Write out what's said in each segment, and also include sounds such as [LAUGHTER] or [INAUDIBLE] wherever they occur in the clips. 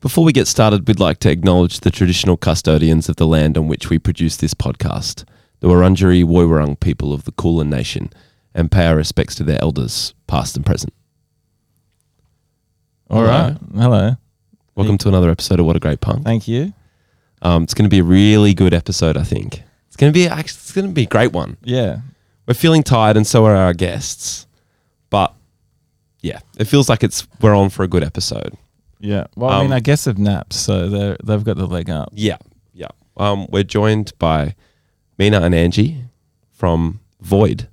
Before we get started, we'd like to acknowledge the traditional custodians of the land on which we produce this podcast, the Wurundjeri Woiwurrung people of the Kulin Nation, and pay our respects to their elders, past and present. All Hello. right. Hello. Welcome to another episode of What a Great Punk. Thank you. Um, it's going to be a really good episode, I think. It's going to be actually, it's going to be a great one. Yeah. We're feeling tired, and so are our guests, but yeah, it feels like it's we're on for a good episode. Yeah. Well, I mean, Um, I guess they've napped, so they're, they've got the leg up. Yeah, yeah. Um, we're joined by Mina and Angie from Void.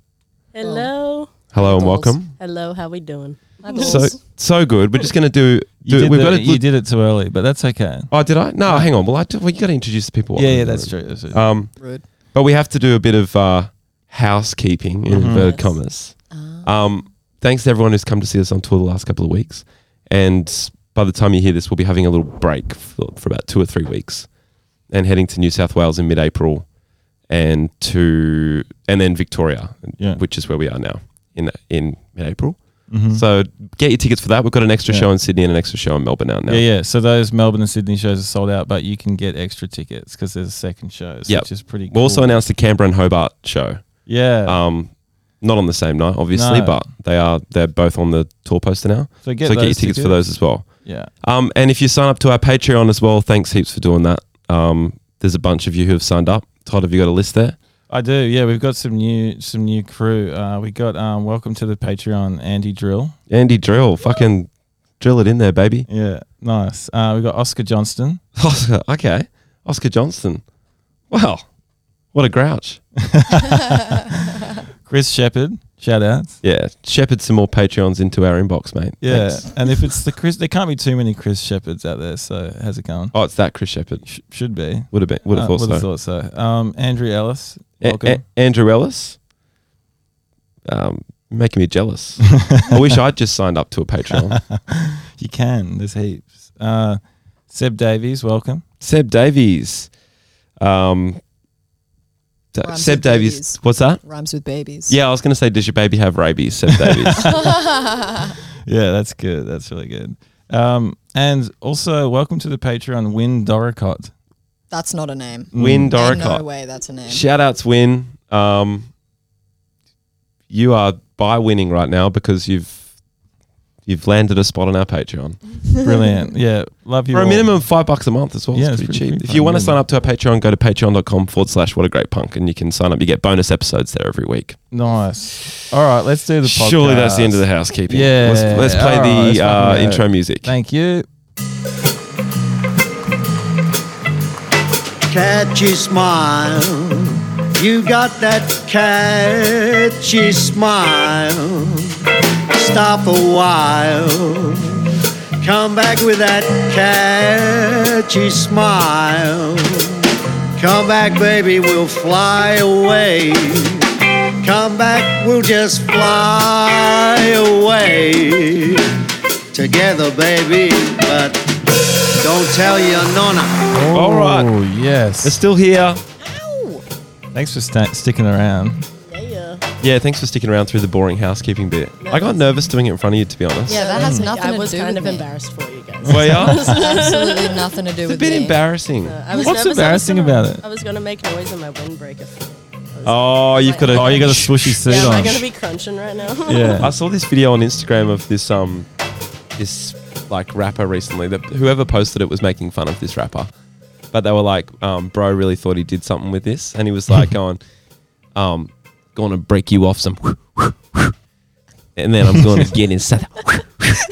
Hello. Hello and Dolls. welcome. Oh. Hello, how we doing? My So balls. so good. We're just gonna do. You, do did, we've the- got to. you did it too early, but that's okay. oh, did I? No, hang on. Well, I do, well, you got to introduce the people. Yeah, yeah, that's true. That's true. Um, Rude. but we have to do a bit of uh, housekeeping in Mhm. inverted Yes. commas. Ah. Um, thanks to everyone who's come to see us on tour the last couple of weeks. And by the time you hear this, we'll be having a little break for, for about two or three weeks and heading to New South Wales in mid April and to and then Victoria, Yeah. which is where we are now in in mid April. Mhm. So get your tickets for that. We've got an extra Yeah. show in Sydney and an extra show in Melbourne out now. Yeah, yeah. So those Melbourne and Sydney shows are sold out, but you can get extra tickets because there's second shows, Yep. which is pretty cool. We also announced the Canberra and Hobart show. yeah. Um, not on the same night, obviously, No. but they are they're both on the tour poster now. so get, so those get your tickets, for those as well. Yeah. Um, and if you sign up to our Patreon as well, thanks heaps for doing that. Um, there's a bunch of you who have signed up. Todd, have you got a list there? I do. Yeah, we've got some new some new crew. Uh, we got um, welcome to the Patreon, Andy Drill. Andy Drill, fucking drill it in there, baby. [LAUGHS] Yeah, nice. Uh, we got Oscar Johnston. Oscar, okay, Oscar Johnston. Wow, what a grouch. Chris Shepard, shout outs. Yeah, shepherd some more Patreons into our inbox, mate. Yeah, Thanks. and if it's the Chris, there can't be too many Chris Shepherds out there. So how's it going? Oh, it's that Chris Shepherd. Sh- should be. Would have been. Would have Uh, thought would so. have thought so. Um, Andrew Ellis, A- welcome. A- Andrew Ellis, um, making me [LAUGHS] jealous. I wish I'd just signed up to a Patreon. you can. There's heaps. Uh, Seb Davies, welcome. Seb Davies, um, Da- Rhymes Seb with Davies. babies. What's that? Rhymes with babies. Yeah, I was going to say, does your baby have rabies, [LAUGHS] Seb Davies? Mm. Yeah, that's good. That's really good. Um, and also welcome to the Patreon, Win [LAUGHS] Doricott. That's not a name. Win Ain't Doricott. No way, that's a name. Shout outs, Win. Um, you are by winning right now because you've you've landed a spot on our Patreon. Brilliant. yeah, love you. for a all. minimum of five bucks a month as well. Yeah, it's it's pretty, pretty cheap. cheap. If you want to Yeah. sign up to our Patreon, go to patreon.com forward slash what a great punk and you can sign up. You get bonus episodes there every week. Nice. All right, let's do the podcast. Surely that's the end of the housekeeping. Let's, Yeah. let's play All right, let's the uh, fucking go. intro music. Thank you. catchy smile. You got that catchy smile. Stop a while. Come back with that catchy smile. Come back, baby, we'll fly away. Come back, we'll just fly away. Together, baby, but don't tell your nonna. All right. Oh, yes. It's still here. Thanks for sta- sticking around. Yeah. Yeah, thanks for sticking around through the boring housekeeping bit. I got nervous doing it in front of you, to be honest. Yeah, that has nothing I to was do kind with of me. embarrassed for you guys. Well, [LAUGHS] yeah. Absolutely nothing to do It's a with bit me. Uh, embarrassing. [LAUGHS] I was What's nervous I was embarrassing gonna- about it? I was gonna make noise in my windbreaker. for you. Oh, you've got a Oh, you got a swooshy suit Yeah, am I on. gonna be crunching right now? I [LAUGHS] yeah. saw this video on Instagram of this um this like rapper recently that whoever posted it was making fun of this rapper. But they were like, um, bro really thought he did something with this and he was [LAUGHS] like going, um, gonna break you off some [LAUGHS] and then I'm gonna get inside. [LAUGHS]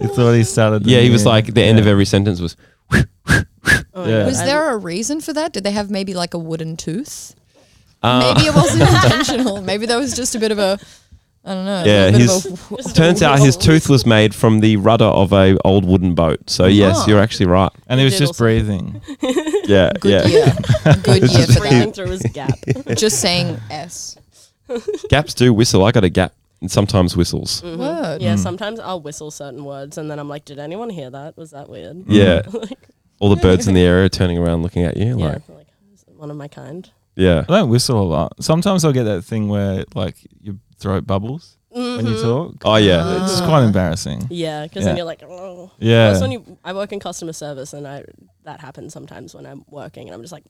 It's already started. the Yeah, he new- was like the end yeah. of every sentence was [LAUGHS] Oh, Yeah. Was I- there a reason for that? Did they have maybe like a wooden tooth? uh, Maybe [LAUGHS] it wasn't intentional. Maybe that was just a bit of a, I don't know. Yeah, a bit [LAUGHS] his- of a, Turns out his tooth was made from the rudder of a old wooden boat. So yes, Oh. you're actually right. And he was just Doodles. breathing. Yeah, [LAUGHS] good year. Good year for Breathing that. through [LAUGHS] his gap. Just saying S. Gaps do whistle. I got a gap and sometimes whistles. Word. Mm-hmm. Mm. Yeah, sometimes I'll whistle certain words and then I'm like, did anyone hear that? Was that weird? Yeah. [LAUGHS] like, All the birds [LAUGHS] in the area are turning around looking at you. yeah, Like, like is it one of my kind. yeah. I don't whistle a lot. Sometimes I'll get that thing where like your throat bubbles. when you talk. Oh, yeah. It's quite embarrassing. Yeah, because Yeah. then you're like, oh. Yeah. That's when you. I work in customer service, and I that happens sometimes when I'm working, and I'm just like,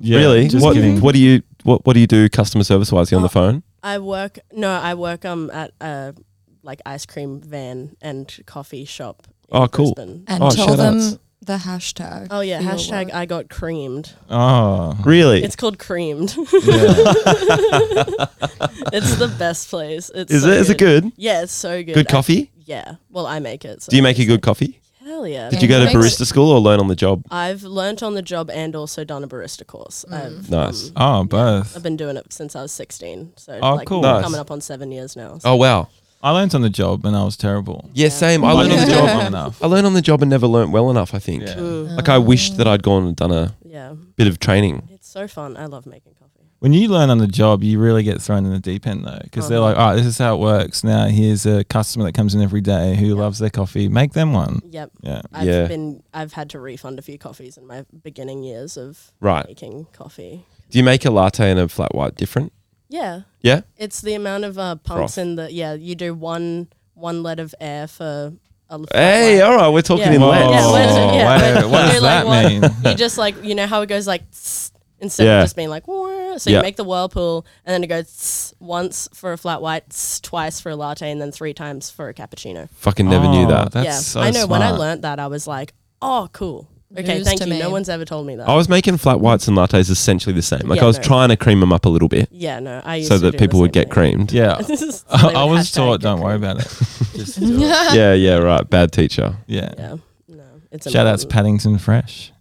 Yeah, really? Just what, kidding. what do you what What do you do customer service wise? You on the phone? I work. No, I work um at a like ice cream van and coffee shop. in Oh, cool. Brisbane. and Oh, tell them shout-outs. the hashtag. Oh yeah, for your hashtag work. I got creamed. Oh, Really? It's called creamed. [LAUGHS] yeah. it's the best place. It's is so it? Is it good? Yeah, it's so good. Good I- coffee? yeah. Well, I make it. So Do you make a it's good coffee? like, Hell yeah. Did you go to barista school or learn on the job? I've learnt on the job and also done a barista course. Mm. I've Nice. um, oh, both. I've been doing it since I was 16. So Oh, like cool. Nice. coming up on 7 years now. So Oh wow. I learnt on the job and I was terrible. Yeah, same. I I learned on didn't the do it job. [LAUGHS] long enough. I learned on the job and never learnt well enough. I think. Yeah. Like I wished that I'd gone and done a yeah. bit of training. It's so fun. I love making coffee. When you learn on the job, you really get thrown in the deep end though, because they're like, "All right, this is how it works." Now here's a customer that comes in every day who loves their coffee. Make them one. Yep. Yeah. I've Yeah. been I've had to refund a few coffees in my beginning years of Right. making coffee. Do you make a latte and a flat white different? Yeah. Yeah. It's the amount of uh, pumps Froth. in the yeah, you do one one let of air for a flat Hey, white. all right, we're talking Yeah. in Whoa, Lent. Yeah, what is it? Yeah. Oh, wait, what You're does like, that what? mean? you just like you know how it goes like tss, instead Yeah. of just being like "Wah." so Yeah. you make the whirlpool and then it goes tss, once for a flat white tss, twice for a latte and then three times for a cappuccino Fucking never Oh, knew that. That's yeah so i know when i smart. learnt that i was like oh cool okay News thank to you no me. one's ever told me Oh, that I was making flat whites and lattes essentially the same. Like Yeah, I was no. trying to cream them up a little bit yeah no i used so to do that the people would same get thing. [LAUGHS] creamed. Yeah. This is- I, [LAUGHS] they I would was hashtag taught, get don't worry creamed. about [LAUGHS] it. Just do it. yeah, yeah, right. Bad teacher. Yeah. yeah no it's Shout outs important. Paddington Fresh.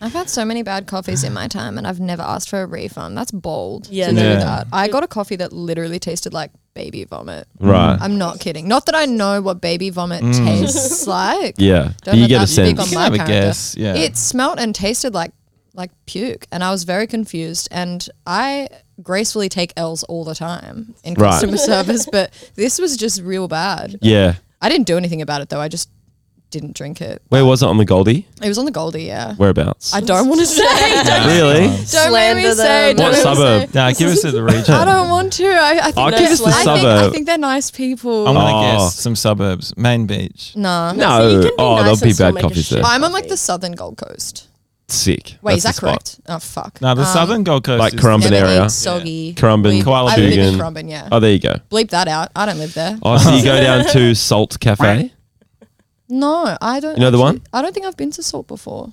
I've had so many bad coffees in my time, and I've never asked for a refund. That's bold. Yeah, to no. Yeah. do that. I got a coffee that literally tasted like baby vomit. Mm. Right. I'm not kidding. Not that I know what baby vomit tastes like. yeah. Don't you let get a that speak on sense. You my can have a character. guess, yeah. It smelt and tasted like like puke, and I was very confused. And I gracefully take L's all the time in Right. customer service, but this was just real bad. Yeah. I didn't do anything about it though. I just didn't drink it. Where was it on the Goldie? It was on the Goldie, yeah. Whereabouts? I [LAUGHS] don't want to say. Don't, really? don't make me Slander say. them. Don't What make me suburb? say. Now give us the region. [LAUGHS] I don't want to. I, I think I'll they're- give us the I think- I suburb. think they're nice people. I'm gonna Oh. guess some suburbs. Main Beach. nah. No. So you can be oh, nice there'll and be still bad make a coffees shit there. out I'm on like the southern Gold Coast. Sick. Wait, That's is that the spot. correct? Oh fuck. No, the southern Gold Coast. Like is- Currumbin Never area. ate soggy. Currumbin, Bleep- Koala I live in Dugan. Currumbin, yeah. Oh, there you go. Bleep that out. I don't live there. Oh, so you [LAUGHS] go down to Salt Cafe. No, I don't. You know the actually- one? I don't think I've been to Salt before.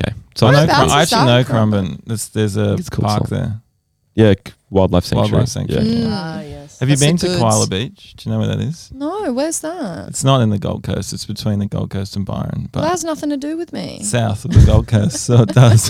Okay. So I, I know, know. Whereabouts I is actually know that from? Currumbin. There's, there's a it's called park Salt. there. Yeah, c- wildlife sanctuary. Wildlife sanctuary. Yeah. Yeah. [LAUGHS] ah yes Have you Mm. That's the been to goods. Koala Beach? Do you know where that is? No, where's that? It's not in the Gold Coast. It's between the Gold Coast and Byron, That but has nothing to do with me. south of the [LAUGHS] Gold Coast. So it does.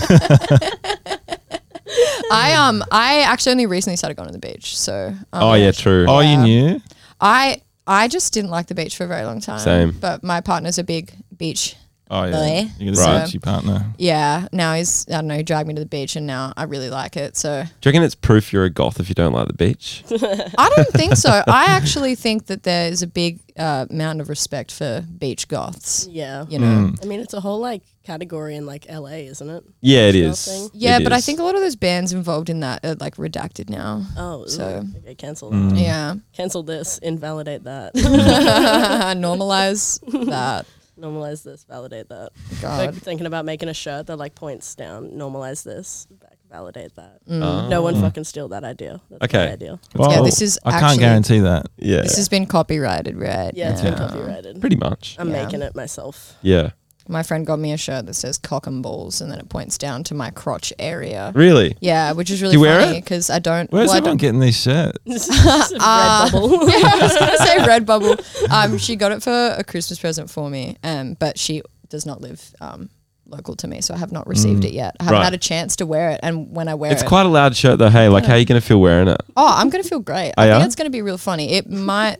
I um I actually only recently started going to the beach, so um, Oh yeah, true. oh, you knew? I I just didn't like the beach for a very long time. Same. But my partner's a big beach. Oh yeah. Really? You're gonna Right. search your partner. Yeah. Now he's I don't know. He dragged me to the beach, and now I really like it. So Do you reckon it's proof you're a goth if you don't like the [LAUGHS] beach? I don't think [LAUGHS] so. I actually think that there is a big uh, mountain of respect for beach goths. yeah You know. Mm, i mean it's a whole like category in like la isn't it yeah, it thing. is. Yeah, It but I is. think a lot of those bands involved in that are like redacted now. oh ooh, So- okay cancel Mm. [LAUGHS] Yeah. [LAUGHS] cancel this invalidate [LAUGHS] that Normalize that. normalize this validate that like God. thinking about making a shirt that like points down normalize this back, validate that Mm. Mm, no one fucking steal that idea that's Okay. my idea Yeah, Well, this is I can't actually- guarantee that. yeah, This has been copyrighted, right? yeah it's now. been copyrighted pretty much. i'm Yeah. making it myself [LAUGHS] Yeah, My friend got me a shirt that says cock and balls and then it points down to my crotch area. really. Yeah, which is really you wear funny it? because I don't. Where's well, I everyone don't- getting these shirts? red bubble [LAUGHS] yeah, I was going to say Redbubble. Um, she got it for a Christmas present for me, um, but she does not live um, local to me, so I have not received it yet. I haven't Right. had a chance to wear it, and when I wear It's it, quite a loud shirt though. Hey, like, how are you gonna feel wearing it? oh, I'm going to feel great. Oh, I yeah? think it's going to be real funny. It might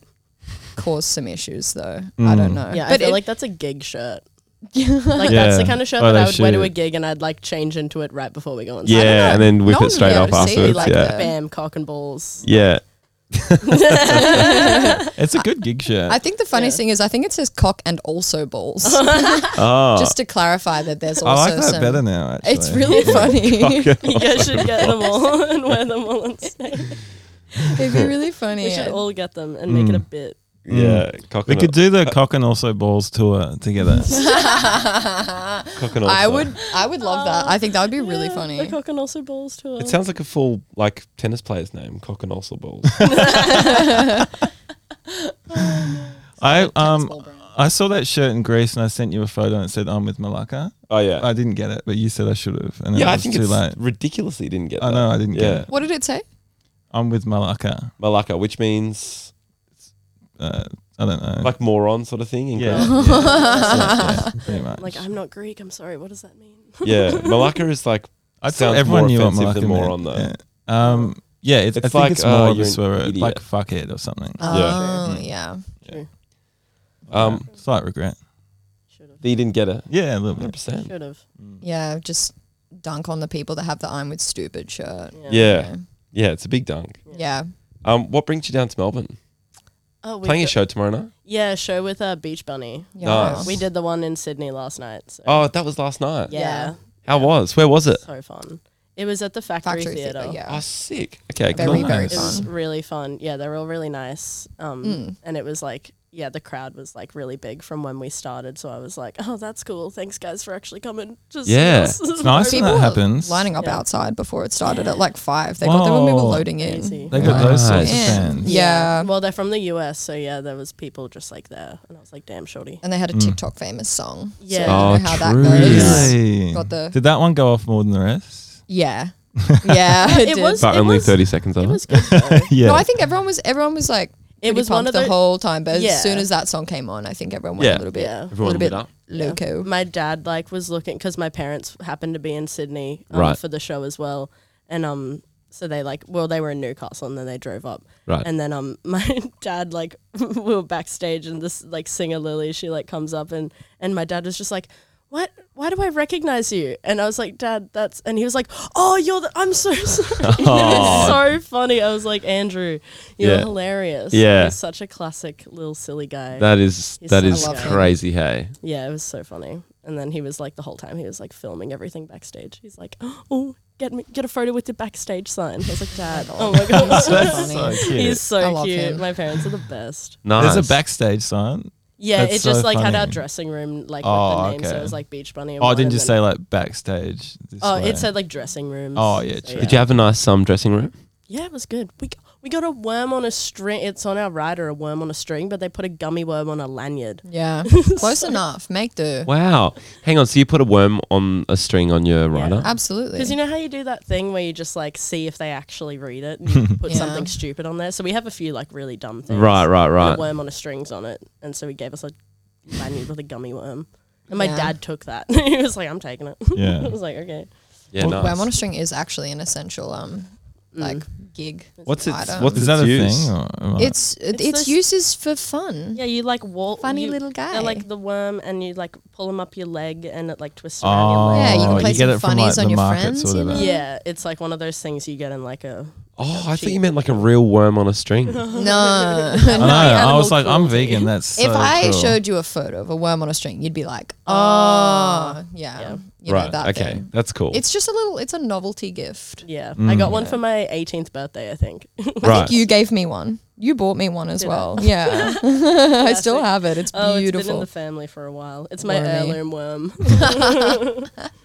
cause some issues, though. I don't know. yeah i but feel it- like that's a gig [LAUGHS] shirt like that's Yeah. the kind of shirt Oh, that they I would wear to a should. gig and I'd like change into it right before we go on. stage. Yeah, and then whip No it one straight would up be able to see afterwards. like yeah, that. bam, cock and balls. [LAUGHS] yeah. It's a good gig shirt. I think the funniest thing is I think it says cock and [LAUGHS] also balls. [LAUGHS] Just to clarify that there's I also like that some. better now. [LAUGHS] Actually, [LAUGHS] It's really funny. You guys should get them all and wear them all on stage. [LAUGHS] It'd be really funny. We should I'd- all get them and make it a Mm. bit. Yeah, cock We and could all- do the cock and also balls tour together. [LAUGHS] [LAUGHS] cock and all I stuff. would I would love that. I think that would be really funny. The cock and also balls tour. It sounds like a full like tennis player's name, cock and also balls. I ball um brand. I saw that shirt in Greece and I sent you a photo and it said I'm with Malacca. [LAUGHS] oh yeah, I didn't get it, but you said I should have, and it yeah. I was think too it's late. ridiculously didn't get. I that. know I didn't get Yeah. it. What did it say? I'm with Malacca. Malacca, which means Uh, I don't know. like moron sort of thing. In yeah, Greek. yeah, yeah, pretty much. like I'm not Greek. I'm sorry. What does that mean? [LAUGHS] [LAUGHS] yeah. Malacca is like I thought sounds more everyone knew what offensive Malacca than meant. moron, though. Yeah. Um, yeah, it's, It's I think like, it's oh, more of you're a an swear word, idiot. like fuck it or something. Oh yeah. um, Slight regret. Should have. that you didn't get it. Yeah, a little bit. 100%. Should have. Yeah, just dunk on the people that have the I'm with stupid shirt. Yeah, yeah. It's a big dunk. Yeah. Um, what brings you down to Melbourne? Oh, we Playing a got- show tomorrow night. Yeah, show with uh, Beach Bunny. Yeah. Nice. We did the one in Sydney last night. So. Oh, that was last night. yeah, yeah. How was? Where was it? so fun. It was at the Factory, Factory Theatre. theater, Oh, yeah. sick. Okay, Very, cool. very It fun. Hmm. was really fun. Yeah, they were all really nice. Um, And it was like, yeah, the crowd was like really big from when we started. So I was like, oh, that's cool. Thanks, guys, for actually coming. Just [LAUGHS] Yeah. It's nice when People that were happens. lining up Yeah. outside before it started at like five. They got there when we were Whoa. loading in. Crazy. They got those sorts of Nice. fans. Yeah. Well, they're from the US, so yeah, there was people just like there, and I was like, damn, shorty. And they had a TikTok famous song. Yeah. So I don't know Oh, how true. that goes. Really? Got the- Did that one go off more than the rest? Yeah. Yeah. It did. was- But It only was- 30 seconds of It it. was good. Though. Yeah. No, I think everyone was everyone was like it was one of the, the whole time, but Yeah. as soon as that song came on, I think everyone went Yeah. a little bit Yeah. a Everyone little bit lit up. loco. my dad like was looking because my parents happened to be in Sydney um, Right. for the show as well, and um, so they like well they were in Newcastle and then they drove up, Right. And then um, [LAUGHS] my dad like [LAUGHS] we were backstage and this like singer Lily she like comes up and and my dad was just like. What? Why do I recognize you? And I was like, Dad, that's. And he was like, Oh, you're the. I'm so [LAUGHS] sorry. it was so funny. I was like, Andrew, you're Oh. Yeah. hilarious. Yeah. He's such a classic little silly guy. That is He's that so is lovely. crazy. Hey, Yeah, it was so funny. And then he was like the whole time he was like filming everything backstage. He's like, [GASPS] "Oh, get me get a photo with the backstage sign." I was like, "Dad, [LAUGHS] oh my god, So funny. [LAUGHS] he's I so love cute. him. My parents are the best." nice. There's a backstage sign. Yeah, That's it just so like had our funny. dressing room like with Oh, the name, so okay. it was like Beach Bunny. and Oh, I one, didn't and just then- say like backstage. This Oh, way. it said like dressing rooms. Oh, yeah, So, true. Did you have a nice um, dressing room? Yeah, it was good. We g- we got a worm on a string. It's on our rider, a worm on a string, but they put a gummy worm on a lanyard. [LAUGHS] Yeah. Close enough. Make do. Wow. Hang on. So you put a worm on a string on your rider? Absolutely. Because you know how you do that thing where you just like see if they actually read it and [LAUGHS] you put Yeah. something stupid on there. So we have a few like really dumb things. Right, right, And right. A worm on a string's on it, and so he gave us a lanyard with a gummy worm. And my Yeah. dad took that. [LAUGHS] he was like, "I'm taking it." [LAUGHS] I Yeah. was like, "Okay." Yeah, nice. Well, Worm on a string is actually an essential um Mm. like gig. What's its- item. what's Is that a its use? thing? Or am I- It's it's, those- use is for fun. Yeah, you like wall Funny you- little guy. They're like the worm, and you like pull them up your leg, and it like twists oh, around Yeah, you your can leg. play get some it from like funnies on the your markets friends, or you whatever. know? yeah, it's like one of those things you get in like a. Oh, I thought you meant like a real worm on a string. [LAUGHS] [LAUGHS] No. I know. I animal was like, I'm cruelty. vegan. That's if so I cool. showed you a photo of a worm on a string, you'd be like, "Oh, yeah, you know right. that okay. thing." That's cool. It's just a little. It's a novelty gift. Yeah, I Mm. got one for my 18th birthday, I think. [LAUGHS] right. You gave me one. You bought me one as Did I? [LAUGHS] well. Yeah, [LAUGHS] I still have it. It's Oh, it's been in beautiful. the family for a while. It's my Wormy. heirloom [LAUGHS] worm. [LAUGHS]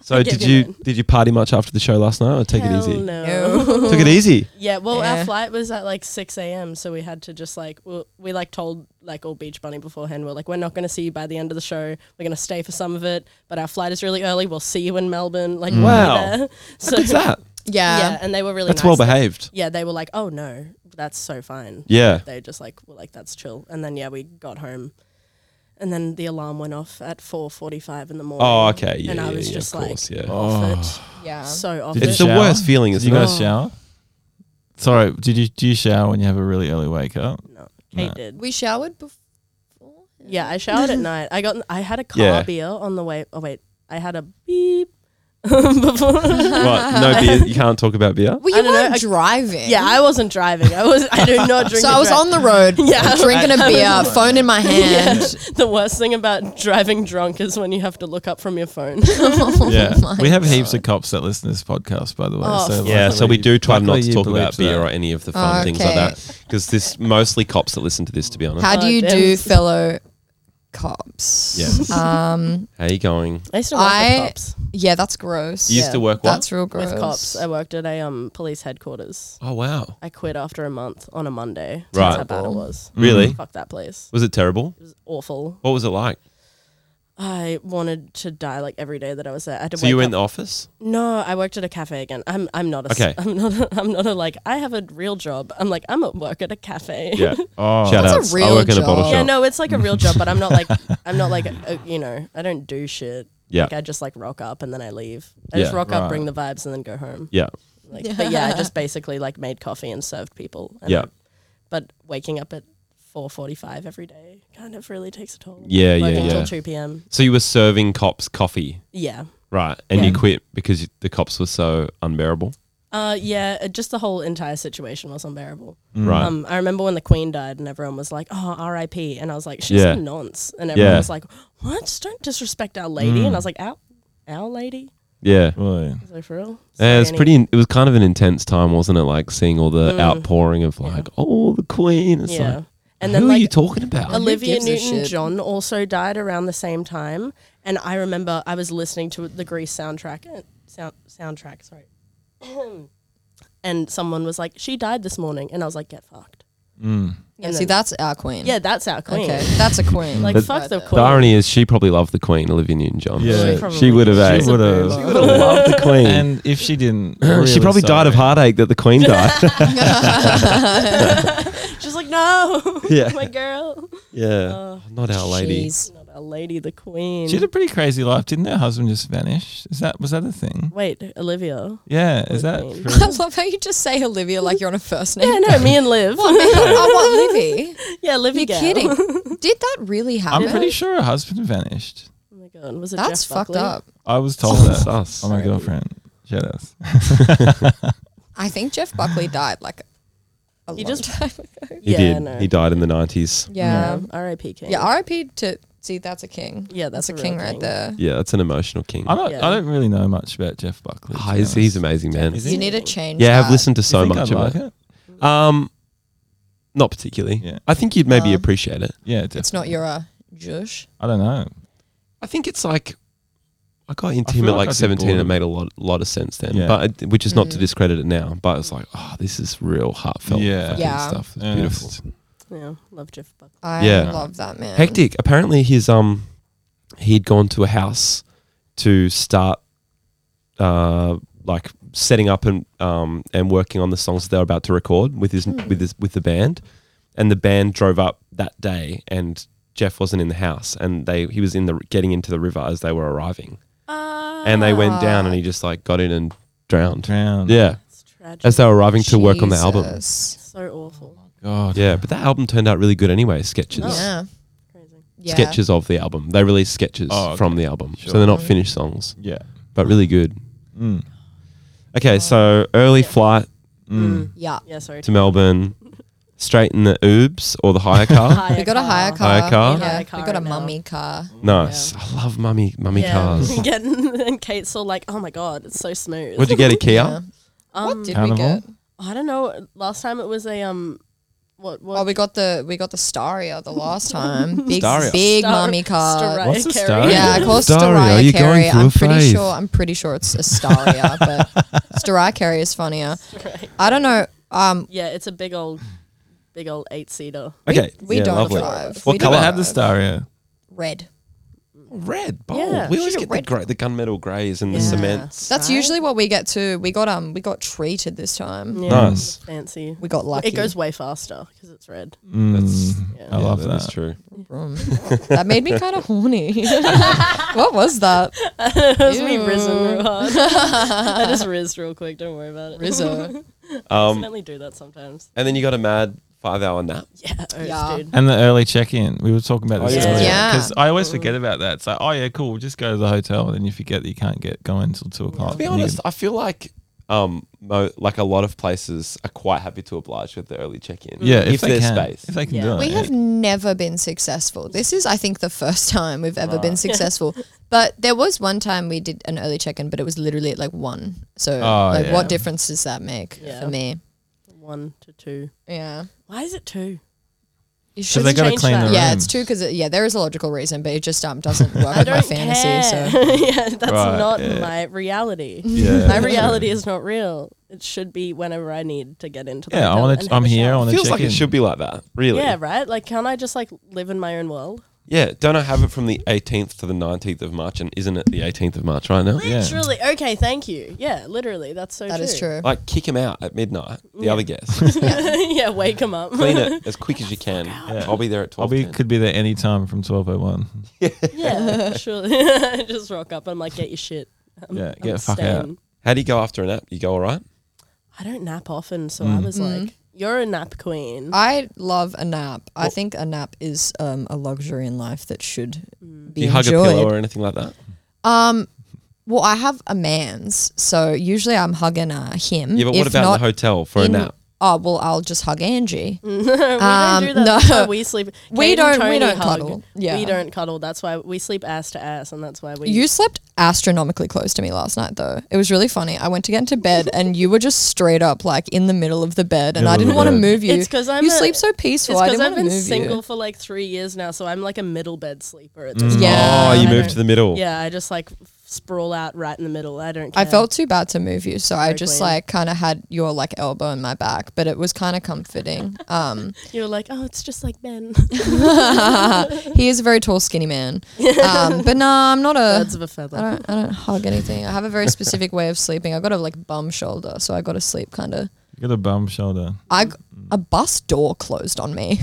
so give did it you in. did you party much after the show last night or take Hell it easy? no. Took it easy. [LAUGHS] Yeah, well, Yeah. our flight was at like 6 a.m., so we had to just like, we, we like told like all Beach Bunny beforehand, we're like, we're not going to see you by the end of the show. We're going to stay for some of it, but our flight is really early. Well see you in Melbourne. Like, we'll be Mm. Wow. there. [LAUGHS] So, What's that? [LAUGHS] yeah. Yeah, [LAUGHS] and they were really That's nice. well behaved. Yeah, they were like, oh no, that's so fine. Yeah. They just like were like, that's chill. And then, yeah, we got home. And then the alarm went off at 4.45 in the morning. Oh, okay. Yeah. and I yeah, was yeah, just of course, like, yeah. [LAUGHS] off yeah. it. So off Did It's it. the you shower? worst feeling, Did isn't you guys it? shower? Sorry, did you do you shower when you have a really early wake up? No, Kate did. we showered before. [LAUGHS] Yeah, I showered at night. I got I had a car Yeah. beer on the way. Oh wait, I had a beep [LAUGHS] before. What? No beer. You can't talk about [LAUGHS] beer. Well, I you don't know, weren't I- driving. yeah, I wasn't driving. I was. I do [LAUGHS] not drink. so and I was drive. on the road, [LAUGHS] Yeah. drinking a beer, phone in [LAUGHS] my Yeah. hand. The worst thing about driving drunk is when you have to look up from your phone. [LAUGHS] [LAUGHS] Yeah. we have heaps of cops that listen to this podcast, by the way. [LAUGHS] Oh, so Yeah, so luckily- we do try luckily not to you talk about believed beer that. or any of the fun Oh, things like okay. that because this mostly cops that listen to this, to be honest. How do you Oh, damn. do, fellow cops? yeah. Um, How you going? I used to work I- with cops. yeah, that's gross. You used to work what? That's real gross. With cops, I worked at a um police headquarters. Oh wow. I quit after a month on a Monday. Right. That's how bad it was. Really? Fuck that place. Was it terrible? It was awful. What was it like? I wanted to die like every day that I was there. I had to So you wake were up in the office? No, I worked at a cafe again. I'm I'm not a Okay. okay. I'm not a, [LAUGHS] I'm not a like I have a real job. I'm like I'm at work at a cafe. Yeah. Oh, [LAUGHS] Shout That's a outs. I real work in a bottle job. shop. [LAUGHS] Yeah, no, it's like a real job, but [LAUGHS] I'm not like I'm not like a, you know I don't do shit. Yeah. like I just like rock up and then I leave. I just Yeah, rock right. up, bring the vibes, and then go home. Yeah. Like, but yeah, I just basically like made coffee and served people. And Yeah. I- but waking up at four forty five every day kind of really takes a toll. Yeah, yeah, Working yeah. till two p.m. So you were serving cops coffee, Yeah. right? And you Yeah. quit because you, the cops were so unbearable, Uh, yeah, it- just the whole entire situation was unbearable. Mm. right? Um, I remember when the Queen died and everyone was like, "Oh, R.I.P." and I was like, "She's Yeah. a nonce," and everyone Yeah. Mm. was like, "What? Don't disrespect our lady." And I was like, "Our, our lady." yeah. Really? I was like, for real? Yeah, it's Sorry, pretty. It was kind of an intense time, wasn't it? Like seeing all the outpouring of like, oh, the Queen. It's Annie. Mm. Yeah. like, and who then are you like talking about? Olivia gives a shit? Newton John also died around the same time, and I remember I was listening to the Grease soundtrack uh, sound soundtrack. Sorry. [CLEARS THROAT] and someone was like, "She died this morning," and I was like, "Get fucked." Yeah, And see, then- that's our queen. Yeah, that's our queen. Okay, that's [LAUGHS] a queen. [LAUGHS] Like But- fuck the the queen. irony is, she probably loved the Queen, Olivia Newton-John. Yeah. Probably. she would have. eh? She would have. would have loved the Queen. And if she didn't, [CLEARS THROAT] she really probably died of sorry. heartache that the Queen died. [LAUGHS] She's like, no, [LAUGHS] Yeah. [LAUGHS] my girl, yeah, [LAUGHS] not our lady. Jeez. not a lady, the queen. She had a pretty crazy life, didn't her husband just vanish? Is that was that a thing? Wait, Olivia. Yeah, is that? Queen. true? [LAUGHS] I love how you just say Olivia like you're on a first name. Yeah, no, me and Liv. [LAUGHS] I want Livy. [LAUGHS] yeah, Livy. You're gal. kidding. [LAUGHS] Did that really happen? I'm pretty sure her husband vanished. Oh my god, was it That's Jeff fucked Buckley? up. [LAUGHS] I was told That's that. us. Oh my girlfriend. Shout out. I think Jeff Buckley died like a You long just- [LAUGHS] time ago. He yeah, did. no. He died in the nineties. Yeah. Um, R.I.P. King. Yeah, RIP to see that's a king. Yeah, that's a, a real king, right king. there. Yeah, that's an emotional king. I don't. Yeah. I don't really know much about Jeff Buckley. Ah, he's, he's amazing man. You need to change. Yeah, I've that. listened to so so much much of like it. it. Um, not particularly. Yeah. I think you'd maybe No. appreciate it. Yeah, definitely. It's not your uh, Josh. I don't know. I think it's like I got I feel into him at like like I did seventeen boredom. and it made a lot lot of sense then. Yeah. But it, which is not to discredit it now. But it's like, oh, this is real heartfelt Yeah. fucking Yeah. stuff. It's Yeah. beautiful. yeah, love Jeff Buckley. I Yeah. love that man. Hectic. Apparently, his um, he'd gone to a house to start, uh, like setting up and um and working on the songs that they were about to record with his Hmm. with his with the band, and the band drove up that day and. Jeff wasn't in the house, and they he was in the getting into the river as they were arriving, Uh, and they went down, and he just like got in and drowned. Drown. Yeah, It's tragic. as they were arriving to work on the album. Jesus. so awful. God. Yeah, but that album turned out really good anyway. Sketches. Yeah. Crazy. Yeah. sketches of the album. They release sketches Oh, okay. from the album, Sure. so they're not finished songs, Yeah. but really good. Mm. Okay, so early flight Mm. Yeah. Yeah, sorry. to Melbourne, straight in the Oobs or the hire car. Hire We got a [LAUGHS] hire [LAUGHS] [LAUGHS] car. Hire car? Yeah. Hire we car got a now. mummy car. nice. I love mummy mummy Yeah. [LAUGHS] cars. Getting, and Kate's all like, "Oh my god, it's so smooth." What'd you get a Kia? Yeah. Um, what did we Carnival? get? I don't know. Last time it was a um, what? what Oh, we got the we got the [LAUGHS] Staria the last time. Big Staria. big Star- mummy car. Staria What's the Carey. Staria? Yeah, I call it Staria, Staria you're Carey. going through I'm a pretty phase. sure I'm pretty sure it's Astaria, [LAUGHS] but Staria Carey is funnier. I don't know. Um, [LAUGHS] Yeah, it's a big old, big old eight seater. Okay, we yeah, don't lovely. drive. What we colour don't I had the drive. Staria. Red. Red, bold. Yeah. We always She's a get red the, gra- the gunmetal greys and the Yeah. cements. That's Right? usually what we get to. We got um we got treated this time. Yeah, Nice. fancy. We got lucky. It goes way faster because it's red. Mm. I Yeah, love that. That's true. Vroom. that [LAUGHS] made me kind of horny. [LAUGHS] what [LAUGHS] was that? That's me risen [LAUGHS] real hard. I just rizzed real quick. Don't worry about [LAUGHS] it. Rizzo. Um, Accidentally do that sometimes. and then you got a mad five hour nap. Yeah, oath, Yeah. dude. And the early check in. We were talking about this Oh, yeah. Mm. earlier. Yeah. Because I always forget about that. It's like, oh, yeah, cool. We'll just go to the hotel. And then you forget that you can't get going until two o'clock. To be And you honest, I feel like um mo- like a lot of places are quite happy to oblige with the early check in. can- yeah, if, if, they there's can, space. If they can Yeah. do it. We have never been successful. This is, I think, the first time we've ever [LAUGHS] been successful. But there was one time we did an early check in, but it was literally at like one. So, Oh, like, yeah. what difference does that make Yeah. for me? One to two. Yeah. Why is it two? You So should. they got to change clean that. the room. yeah, it's true because it, yeah, there is a logical reason, but it just um doesn't work I with my don't fantasy. care. [LAUGHS] So yeah, that's Right, not yeah. my reality. [LAUGHS] Yeah. My reality is not real. It should be whenever I need to get into. The Yeah, I hotel want and to. have I'm a here. I shower. want to Feels check like in. it should be like that, really. Yeah, right. Like, can't I just like live in my own world? Yeah, don't I have it from the 18th to the 19th of March? And isn't it the 18th of March right now? Yeah. Literally. Okay, thank you. Yeah, literally. That's so. that true. is true. Like, kick him out at midnight, the other guest. [LAUGHS] [LAUGHS] yeah, wake them up. Clean it as quick as you can. I'll be there at I'll 12. be could be there any time from twelve oh one. [LAUGHS] [LAUGHS] yeah, surely. [LAUGHS] just rock up. I'm like, get your shit. I'm, Yeah, I'm get the fuck out. staying. How do you go after a nap? You go all right? I don't nap often, so Mm. I was Mm. like, you're a nap queen. I love a nap. I think a nap is um, a luxury in life that should Do be Mm. you hug a pillow enjoyed. or anything like that? Um, well, I have a man's, so usually I'm hugging uh, him. Yeah, but If what about not in the hotel for in- a nap? Oh well, I'll just hug Angie. [LAUGHS] we don't do um, that. no. That's why we sleep. [LAUGHS] We Kate and don't- Tony we don't hug. cuddle. Yeah. we don't cuddle. That's why we sleep ass to ass, and that's why we. You slept astronomically close to me last night, though. It was really funny. I went to get into bed, and you were just straight up like in the middle of the bed, and I Middle didn't of want to the bed. move you. It's 'cause I'm you a- sleep so it's peaceful. I because didn't I've want to been move single you. for like three years now, so I'm like a middle bed sleeper at this point. Yeah. oh, you I moved don't- to the middle. Yeah, I just like sprawl out right in the middle. I don't. Care. I felt too bad to move you, so I Very just clean. like kind of had your like elbow in my back, but it was kind of comforting. Um, [LAUGHS] you were like, oh, it's just like Ben. he is a very tall, skinny man, um, but no, I'm not a. Birds of a feather. I don't, I don't hug anything. I have a very specific way of sleeping. I got a like bum shoulder, so I got to sleep kind of. You got a bum shoulder. I g- a bus door closed on me,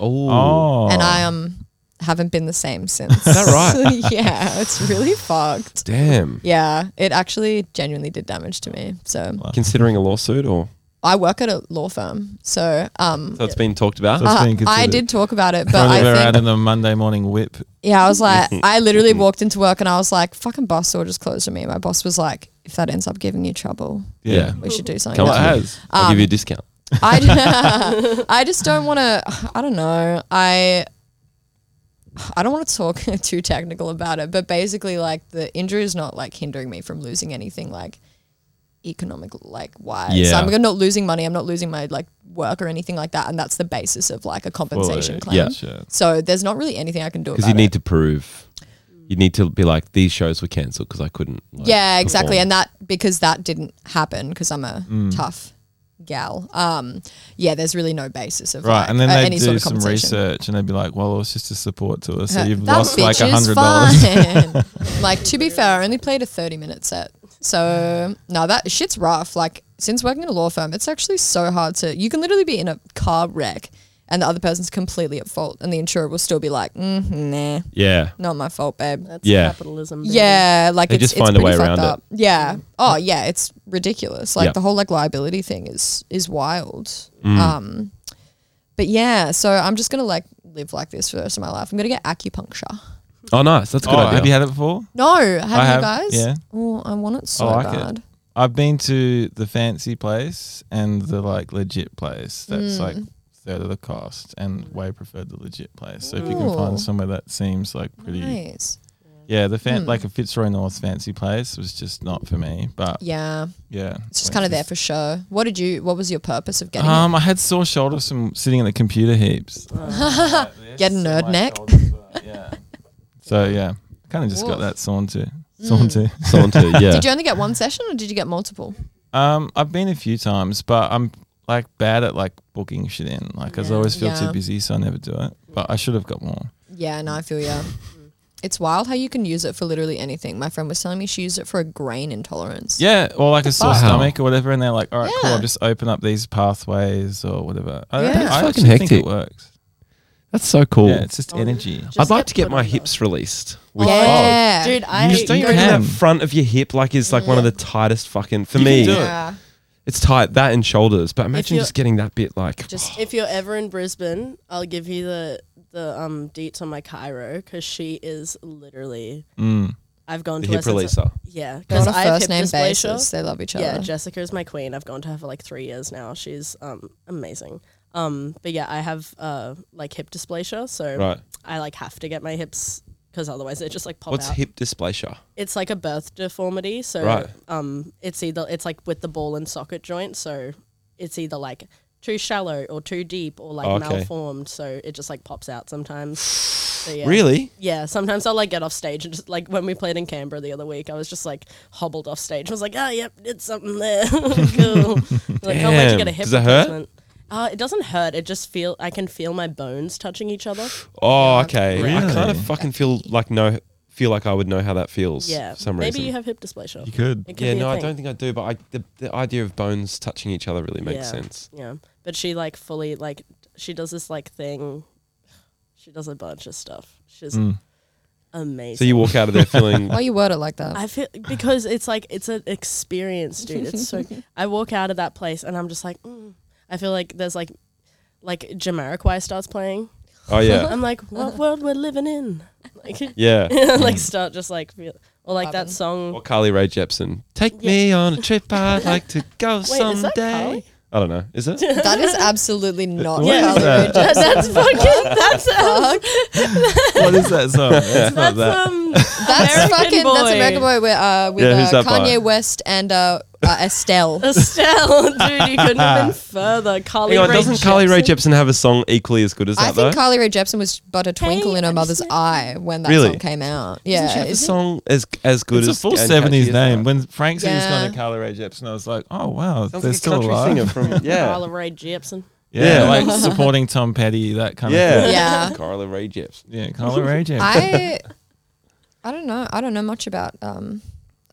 Oh. Oh, and I um haven't been the same since. Is that right? [LAUGHS] yeah, it's really fucked. Damn. Yeah, it actually genuinely did damage to me. So Oh. Considering a lawsuit or? I work at a law firm, so um. So it's been talked about? So it's I- being I considered. did talk about it, but Probably I we're think out in the Monday morning whip. Yeah, I [LAUGHS] was like, I literally walked into work and I was like, fucking bus door just closed on me. My boss was like, if that ends up giving you trouble, Yeah. we should do something. Come Well, on, it about it. has. I'll give you a discount. [LAUGHS] I, [LAUGHS] I just don't want to, I don't know. I, I don't want to talk [LAUGHS] too technical about it, but basically, like, the injury is not like hindering me from losing anything, like, economic, like, wise. Yeah. I'm not losing money. I'm not losing my, like, work or anything like that. And that's the basis of, like, a compensation claim. yeah. Sure. So there's not really anything I can do about Because you it. need to prove. You need to be like, these shows were cancelled because I couldn't. like, yeah exactly perform." and that because that didn't happen because i'm a Mm. tough gal um yeah there's really no basis of Right, like, and then uh, they any do sort of some compensation. research, and they'd be like, "Well, it's just a support to us, so Uh, you've that lost like bitch a is hundred [LAUGHS] dollars." [LAUGHS] fine. like to be fair, I only played a thirty minute set. So no, that shit's rough. Like since working in a law firm, it's actually so hard to you can literally be in a car wreck and the other person's completely at fault and the insurer will still be like, mm, nah, Yeah. not my fault, babe. That's Yeah. capitalism. baby. Yeah, like They it's, just it's find a pretty way fucked around it. up. Yeah. Oh yeah, it's ridiculous. Like Yeah. Hmm. the whole like liability thing is is wild. Mm. Um, but yeah, so I'm just gonna like live like this for the rest of my life. I'm gonna get acupuncture. Oh, nice. That's a good Oh, idea. have you had it before? No, have you have, guys? yeah. Oh, I want it so I like it. bad. I've been to the fancy place and the like legit place. That's Hmm. like third of the cost, and way preferred the legit place. So if you can Ooh. find somewhere that seems like pretty, Nice. Hmm. yeah, the fan like a Fitzroy North fancy place was just not for me. But yeah, Yeah, it's just kind of there for show. What did you? What was your purpose of getting Um, I had sore shoulders from sitting at the computer [LAUGHS] heaps. Oh. it? Get a nerd neck. yeah. [LAUGHS] So yeah, kind of just got Woof. that sawn to sawn to. Someone [LAUGHS] to, yeah. Did you only get one session or did you get multiple? Um, I've been a few times, but I'm like bad at like booking shit in. Like, 'cause I always feel Yeah. too busy, so I never do it. But I should have got more. Yeah, no, I feel yeah. It's wild how you can use it for literally anything. My friend was telling me she used it for a grain intolerance. Yeah, or like a sore fuck? stomach or whatever, and they're like, "All right, cool, Yeah. I'll just open up these pathways or whatever." I, Yeah. think, That's I fucking actually think hectic. it works. That's so cool. Yeah, it's just energy. Just I'd like to get put my on the- hips released. With Fog. Yeah. Dude, I just Don't you Go reckon down. that front of your hip like is like one of the tightest fucking for You can me? do it. Yeah. It's tight, that and shoulders. But imagine you're- just getting that bit like Just if you're ever in Brisbane, I'll give you the the um deets on my Cairo because she is literally. I've Mm. gone the to hip her since- releaser. Yeah, because on a I have first hip name dysplasia. basis. They love each other. Yeah, Jessica is my queen. I've gone to her for like three years now. She's um amazing. Um, but yeah, I have uh like hip dysplasia, so Right. I like have to get my hips because otherwise they just like pop What's out. hip dysplasia? It's like a birth deformity, so Right. um, it's either it's like with the ball and socket joint, so it's either like too shallow or too deep or like Oh, okay. malformed, so it just like pops out sometimes. So, yeah. Really? Yeah, sometimes I'll like get off stage and just like when we played in Canberra the other week, I was just like hobbled off stage. I was like, oh, yep, did something there. [LAUGHS] cool. Like, can't wait to get a Damn. hip Does it hurt? replacement. Uh, it doesn't hurt. It just feel I can feel my bones touching each other. Oh, okay. I kind Really? of fucking feel like no, feel like I would know how that feels. Yeah, for some maybe reason. you have hip dysplasia. You could. It could yeah, be a no, I thing. don't think I do. But I, the, the idea of bones touching each other really makes yeah. sense. Yeah, but she like fully like she does this like thing. She does a bunch of stuff. She's amazing. Mm. So you walk out of there feeling Why you word it [LAUGHS] like that? I feel because it's like it's an experience, dude. [LAUGHS] It's so. I walk out of that place and I'm just like, mm. I feel like there's like, like Jamiroquai starts playing. [LAUGHS] Oh yeah, [LAUGHS] [LAUGHS] I'm like, what world we're living in? [LAUGHS] Like, yeah. [LAUGHS] Mm. like start just like feel, or like that Bobbing. Or song. Carly Rae Jepsen. Take me on a trip I'd like to [LAUGHS] go is that someday. Carly? I don't know. Is it? that is absolutely not What is Carly Rae that? Jepsen. That's [LAUGHS] [LAUGHS] fucking. [LAUGHS] That's what is that song? It's not that's that. um. That's American fucking that's Boy. American Boy with, uh, with Yeah, who's uh, that by? Kanye West and uh, uh, Estelle. Estelle, [LAUGHS] dude, you couldn't have [LAUGHS] been further. Carly Hang on, Rae doesn't Carly Rae Jepsen have a song equally as good as that I though? think Carly Rae Jepsen was but a twinkle in her mother's eye when that Really? song came out. Doesn't she Yeah, have a is it? song as as good It's a as full and catchy seventies as that? name. When Frank said he's going Yeah. to Carly Rae Jepsen, I was like, oh wow, Sounds they're like a still country singer alive. from [LAUGHS] Carly yeah, Rae Jepsen. Yeah, Yeah. like supporting Tom Petty, that kind of yeah, thing. [LAUGHS] [LAUGHS] Yeah. Carly Rae Jepsen. Yeah, Carly Rae Jepsen. I I don't know. I don't know much about um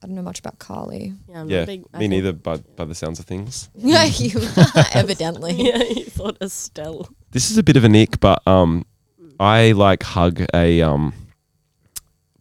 I don't know much about Carly. Yeah, I'm not Yeah, big, I me think- neither. By by the sounds of things, [LAUGHS] Yeah, you [LAUGHS] evidently. [LAUGHS] Yeah, you thought Estelle. this is a bit of an ick, but um, I like hug a um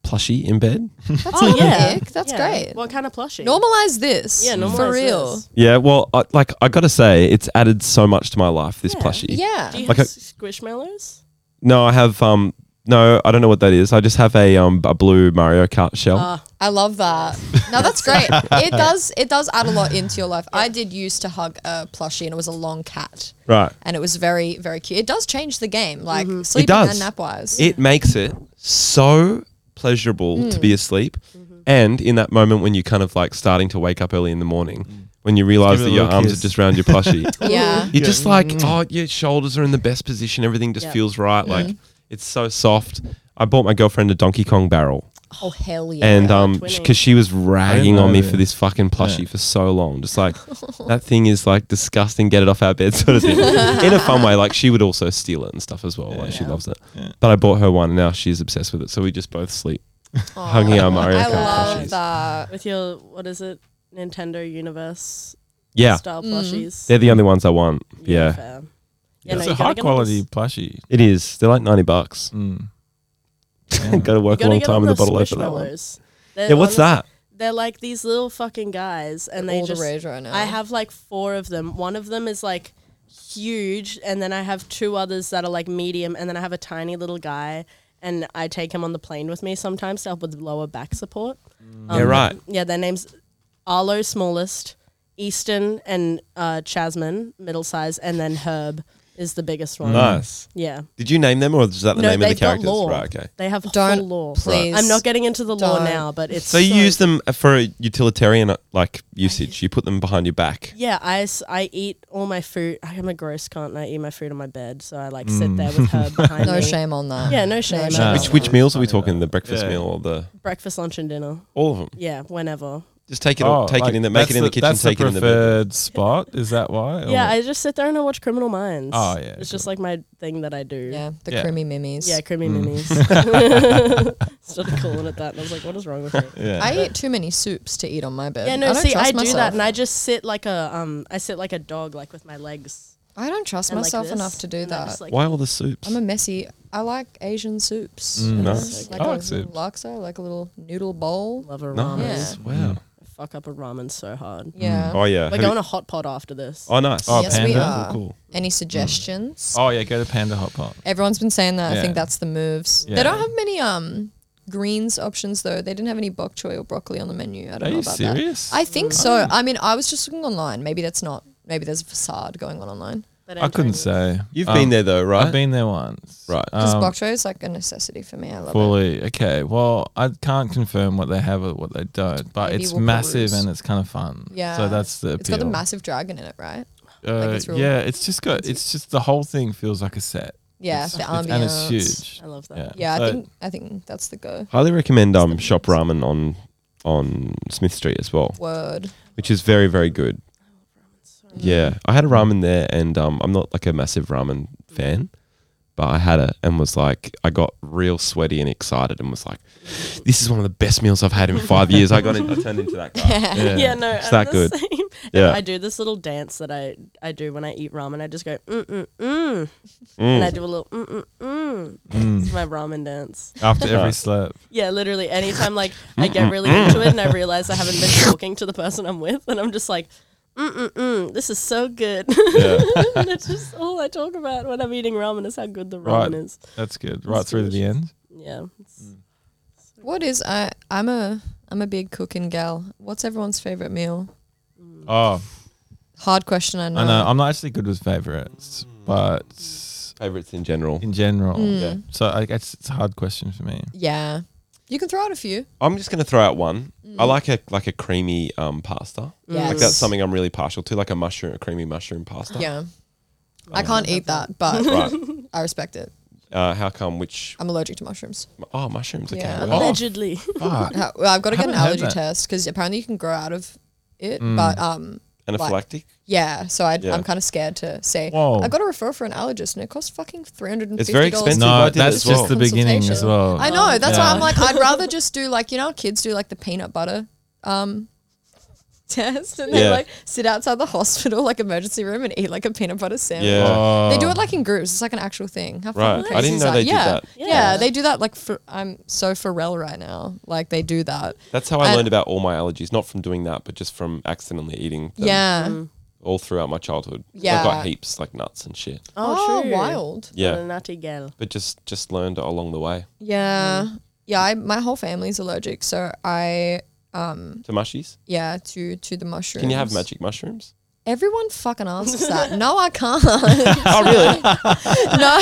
plushie in [LAUGHS] bed. That's Oh not yeah, yeah. That's Yeah. great. What kind of plushie? Normalize this. Yeah, normalize for real. this. Yeah, well, I, like I gotta say, it's added so much to my life. This Yeah. plushie. Yeah. Do you Like have a- squishmallows? No, I have um. No, I don't know what that is. I just have a um a blue Mario Kart shell. Ah. I love that. [LAUGHS] No, that's great. It does it does add a lot into your life. I did used to hug a plushie and it was a long cat. right. And it was very, very cute. It does change the game, like Mm-hmm. It sleeping does. and nap wise. It makes it so pleasurable to Mm. be asleep, Mm-hmm. and in that moment when you're kind of like starting to wake up early in the morning, when you realize Mm. give it that a your little arms kiss. are just around your plushie, [LAUGHS] yeah. you're just like, Mm-hmm. oh, your shoulders are in the best position. Everything just Yeah. feels right. Like Mm-hmm. it's so soft. I bought my girlfriend a Donkey Kong barrel. Oh hell yeah. and um twinning. because she was ragging know on me that. for this fucking plushie for so long just [LAUGHS] like that thing is like disgusting get it off our bed sort of [LAUGHS] thing in a fun way like she would also steal it and stuff as well like she loves it but i bought her one and now she's obsessed with it so we just both sleep hugging our mario I Kart love plushies. that. With your what is it? Nintendo Universe yeah style Mm. plushies. they're the only ones i want yeah, fair. Yeah, it's no, a you gotta high get quality on plushie. it is they're like 90 bucks [LAUGHS] Mm. got to those- work you a gotta long get on time in the those bottle opener that one. squishmallows. They're yeah what's honest- that They're like these little fucking guys, and they All the just. rage right now. I have like four of them. One of them is like huge, and then I have two others that are like medium, and then I have a tiny little guy, and I take him on the plane with me sometimes to help with lower back support. yeah right Yeah, their names Arlo smallest, Easton and uh Chasmin, middle size, and then Herb is the biggest one. nice Yeah. did you name them or is that the no, name of the they've got characters law. right okay They have Don't full law. please. I'm not getting into the law Don't. now, but it's So you use them for a utilitarian uh, like usage. You put them behind your back. Yeah, I, s- I eat all my food. I am a gross cunt and I eat my food on my bed, so I like sit there with [LAUGHS] Herb behind Mm. No me. shame on that. Yeah, no shame. shame. at Which all. which meals are we talking? The breakfast Yeah. meal or the breakfast, lunch, and dinner? all of them? Yeah, whenever. Just take it, all take it in the, make it in Oh, the, kitchen, Oh, That's take the it in the bed. preferred spot. Is that why? Oh. Yeah, Or- I just sit there and I watch Criminal Minds. Oh, yeah, it's just like my thing that I do. Yeah, the Yeah. creamy mimmies. Yeah, creamy Mm. [LAUGHS] minis. [LAUGHS] Started calling it that, and I was like, "What is wrong with me?" yeah. I eat too many soups to eat on my bed. Yeah, no. I don't see, trust I do myself. that, and I just sit like a um, I sit like a dog, like with my legs. I don't trust and like myself this, enough to do and I that. just, like- Why all the soups? I'm a messy. I like Asian soups. Mm, You know, nice. Like I a like little soups. Mm. laksa, like a little noodle bowl. love a ramen. nice. Wow. I fuck up a ramen so hard. Yeah. Oh yeah. We're Have going you- to hot pot after this. oh nice. Oh, Yes, we Panda. Cool, are. cool. Any suggestions? Oh yeah, go to Panda Hot Pot. Everyone's been saying that. I Yeah. think that's the moves. Yeah. They don't have many um greens options though. They didn't have any bok choy or broccoli on the menu. I don't Are know you about serious? Mm. that. I think so. I mean, I was just looking online. Maybe that's not. Maybe there's a facade going on online. They don't I couldn't drink it. say. You've Um, been there though, right? I've been there once. Right. Because Um, bok choy is like a necessity for me. I love it. Fully. Okay. Well, I can't confirm what they have or what they don't, but Maybe it's we'll massive peruse. and it's kind of fun. Yeah. So that's the appeal. It's got the massive dragon in it, right? Uh, like, it's real- yeah, it's just got. It's just the whole thing feels like a set. Yeah, It's- the it's- and it's ambiance. huge. I love that. Yeah. Yeah, I So- think I think that's the go Highly recommend um shop ramen on on Smith Street as well, word. which is very very good. Yeah, I had a ramen there, and um, I'm not like a massive ramen fan, but I had it and was like, I got real sweaty and excited, and was like, this is one of the best meals I've had in five years. I got, in, I turned into that guy. [LAUGHS] Yeah, no, It's I'm that the good. same. And Yeah. I do this little dance that I I do when I eat ramen. I just go mm mm mm, and I do a little mm mm mm. It's my ramen dance. [LAUGHS] After Yeah. every slurp. Yeah, literally. Anytime like I get really into it and I realize I haven't been talking to the person I'm with, and I'm just like. Mm mm mm. This is so good. [LAUGHS] Yeah. and it's just all I talk about when I'm eating ramen is how good the Right. ramen is. That's good. Right through to the end. Yeah. It's- What is I? I'm a I'm a big cooking gal. What's everyone's favorite meal? Oh, Hard question. I know. I know. I'm not actually good with favorites, Hmm. but [LAUGHS] Favorites in general. in general, Hmm. Yeah. so I guess it's a hard question for [LAUGHS] me. Yeah, you can throw out a few. I'm just gonna throw out one. I like a like a creamy um pasta. Like Yes. that's something I'm really partial to, like a mushroom, a creamy mushroom pasta. Yeah, I can't eat that, [LAUGHS] but Right. I respect it. Uh, how come? Which I'm allergic to mushrooms. oh mushrooms? Okay. Yeah. well, Allegedly. [LAUGHS] Fuck. Uh, Well, I've got to get an Haven't heard allergy that. test because apparently you can grow out of it. But um, Anaphylactic. yeah. So I, Yeah. I'm kind of scared to say Whoa. I got to refer for an allergist, and it costs fucking three hundred and fifty. It's very expensive. I no, did it that's as just well. the beginning as Consultation. well. I know. That's why Yeah. I'm like, I'd [LAUGHS] rather just do like you know, how kids do like the peanut butter um [LAUGHS] test, and they Yeah. like sit outside the hospital like emergency room and eat like a peanut butter sandwich. Yeah. Oh. They do it like in groups. It's like an actual thing. How fucking Right. I crazy didn't is know that? they did yeah. that. Yeah. Yeah. they do that. Like for, I'm so Pharrell right now. Like they do that. That's how I And- learned about all my allergies, not from doing that, but just from accidentally eating them Yeah. Mm. all throughout my childhood. Yeah. I got heaps like nuts and shit. Oh, true. wild. Yeah. What a nutty gal. But just just learned along the way. Yeah. Mm. Yeah. I, my whole family's allergic, so I To mushies? yeah to to the mushrooms. Can you have magic mushrooms? Everyone fucking asks that. No, I can't. [LAUGHS] oh really? [LAUGHS] No,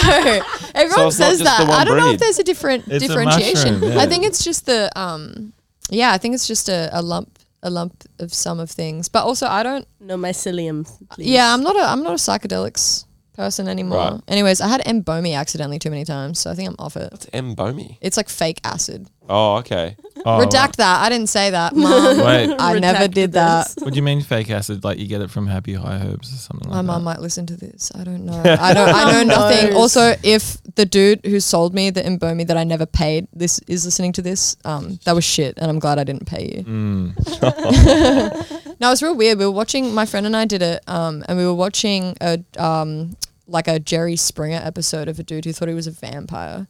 everyone it's not says just that. the one I don't know if breed. there's a different It's a differentiation. mushroom, yeah. I think it's just the um, yeah. I think it's just a, a lump a lump of some of things. But also, I don't. No mycelium, please. Uh, Yeah, I'm not a I'm not a psychedelics person anymore. Right. Anyways, I had embomy accidentally too many times, so I think I'm off it. It's embomy. It's like fake acid. Oh, okay. Oh, Redact that. I didn't say [LAUGHS] that. Mom, Wait, I never Redacted did that. this. what do you mean fake acid? Like you get it from Happy High Herbs or something like My that? mom might listen to this. I [LAUGHS] don't know. I don't. I know nothing. Also, if the dude who sold me the Imbomi that I never paid this is listening to this, um, that was shit, and I'm glad I didn't pay you. Mm. [LAUGHS] [LAUGHS] no, it was real weird. We were watching. My friend and I did it, um, and we were watching a um, like a Jerry Springer episode of a dude who thought he was a vampire,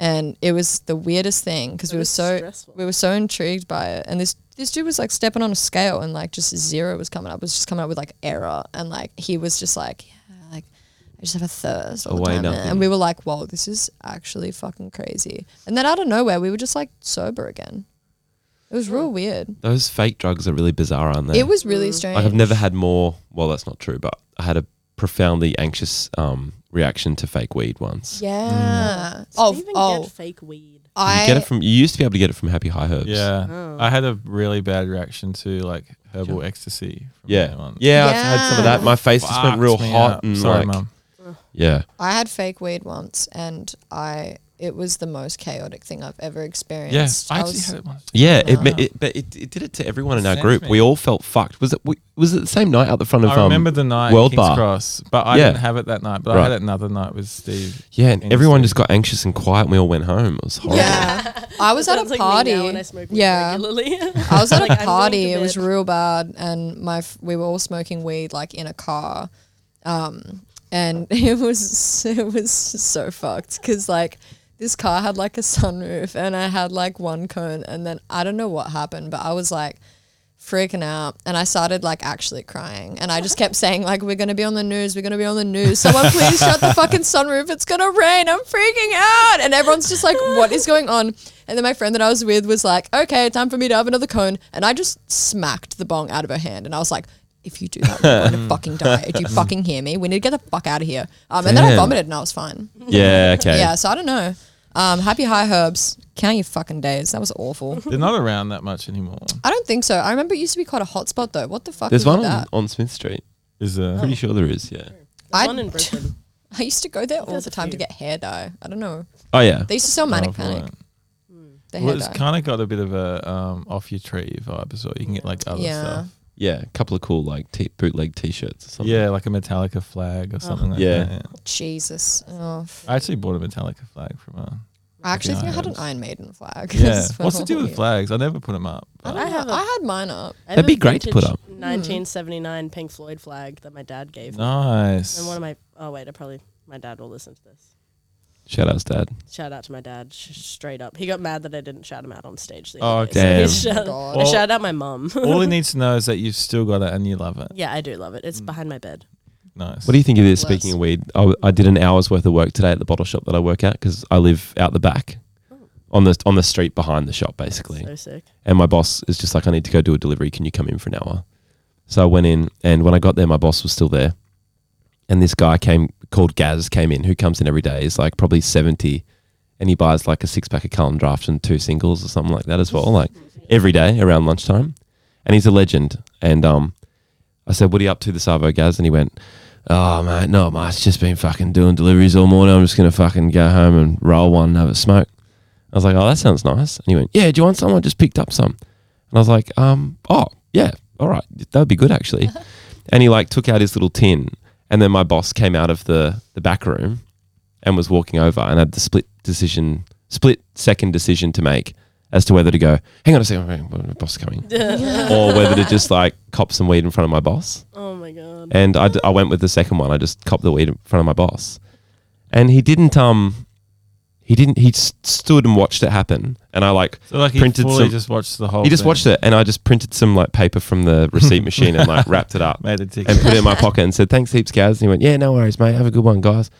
and it was the weirdest thing because we That were is so stressful. we were so intrigued by it, and this this dude was like stepping on a scale, and like just zero was coming up, was just coming up with like error, and like he was just like, yeah, like I just have a thirst all the Away time, man." nothing. and we were like, whoa, this is actually fucking crazy, and then out of nowhere we were just like sober again. It was real weird. Those fake drugs are really bizarre, aren't they? It was Mm. really strange. Like I've never had more. Well, that's not true, but I had a profoundly anxious um, reaction to fake weed once. Oh, Yeah. Oh, even oh. get fake weed. You I get it from. You used to be able to get it from Happy High Herbs. Yeah, Oh. I had a really bad reaction to like herbal ecstasy. From Yeah. that one. Yeah, I've had some of that. My face just went Fucked real me hot up. and Sorry, like, mum. yeah. I had fake weed once, and I it was the most chaotic thing I've ever experienced. Yeah, I was- actually had it once. Yeah, it, Ah. ma- it, but it, it did it to everyone in our Sent group. me. We all felt fucked. Was it we, was it the same night out the front of I remember um, the night World Kings Bar? Cross, but I Yeah. didn't have it that night. But I had Right. it another night with Steve. Yeah, and And everyone so- just got anxious and quiet, and we all went home. It was horrible. [LAUGHS] yeah, I was at a Sounds like me now party. when I smoke weed yeah, regularly. [LAUGHS] I was at Like, I'm a going party. to It was bed. real bad, and my f- we were all smoking weed like in a car, um, and [LAUGHS] it was it was so fucked because like this car had like a sunroof, and I had like one cone, and then I don't know what happened, but I was like freaking out and I started like actually crying and I just kept saying like we're gonna be on the news we're gonna be on the news someone please shut the fucking sunroof it's gonna rain I'm freaking out and everyone's just like what is going on and then my friend that I was with was like okay time for me to have another cone and I just smacked the bong out of her hand and I was like if you do that [LAUGHS] we're gonna fucking die do you fucking hear me we need to get the fuck out of here um, and then I Damn. vomited and I was fine Yeah. Okay. yeah so I don't know um, happy high herbs count your fucking days that was awful They're not around that much anymore. I don't think so. I remember it used to be quite a hot spot though. What the fuck There's is with one on, that? on Smith Street. Is uh, [LAUGHS] Pretty sure there is. Yeah. [LAUGHS] I- one in Brisbane. [LAUGHS] I used to go there all There's the a time to few. get hair dye. I don't know. Oh yeah. They used to sell manic Oh, panic. right. The Well, hair it's dye. kind of got a bit of a um, off your tree vibe as well. You can get like other Yeah. stuff. Yeah. A couple of cool like t- bootleg T-shirts or something. Yeah, like a Metallica flag or something like Yeah. that. Yeah. Jesus. Oh, f- I actually bought a Metallica flag [LAUGHS] from a. I actually think I had an Irons. Iron Maiden flag. [LAUGHS] Yeah. as What's the deal with well. flags? I never put them up. I, but- don't I have know. a- I had mine up. Oh I have That'd a be great to put vintage up. 1979 Pink Floyd flag that my dad gave me. Nice. And one of my oh wait, I probably my dad will listen to this. Shout outs, Dad. Shout out to my dad, sh- straight up. He got mad that I didn't shout him out on stage. The Oh, other day, so he damn. shout- God. I Well- shout out my mum. [LAUGHS] All he needs to know is that you've still got it and you love it. [LAUGHS] yeah, I do love it. Mm. It's behind my bed. Nice. What do you think of this? Bless. Speaking of weed, I, w- I did an hour's worth of work today at the bottle shop that I work at because I live out the back, Oh. on the on the street behind the shop, basically. So [LAUGHS] sick. And my boss is just like, I need to go do a delivery. Can you come in for an hour? So I went in, and when I got there, my boss was still there. And this guy came called Gaz came in, who comes in every day. He's like probably seventy, and he buys like a six pack of Carlton Draft and two singles or something like that as well, like every day around lunchtime. And he's a legend. And um, I said, "What are you up to this Arvo, Gaz?" And he went, "Oh mate, no, mate, it's just been fucking doing deliveries all morning. I'm just gonna fucking go home and roll one, and have a smoke." I was like, "Oh, that sounds nice." And he went, "Yeah, do you want some? I just picked up some." And I was like, um, oh, yeah, all right, that would be good actually. and he like took out his little tin, and then my boss came out of the the back room and was walking over, and had the split decision, split second decision to make as to whether to go, hang on a second, hang on, my boss is coming, or whether to just like cop some weed in front of my boss. [LAUGHS] Oh my god. And I, d- I went with the second one. I just copped the weed in front of my boss, and he didn't um. He didn't. He s- stood and watched it happen, and I like So like he printed fully some- just watched Oh, the whole. he just thing, watched it, and I just printed some like paper from [LAUGHS] the receipt machine and like wrapped it up Made a ticket. and put it in my pocket and said, "Thanks heaps, guys." And he went, "Yeah, no worries, mate. Have a good one, guys,"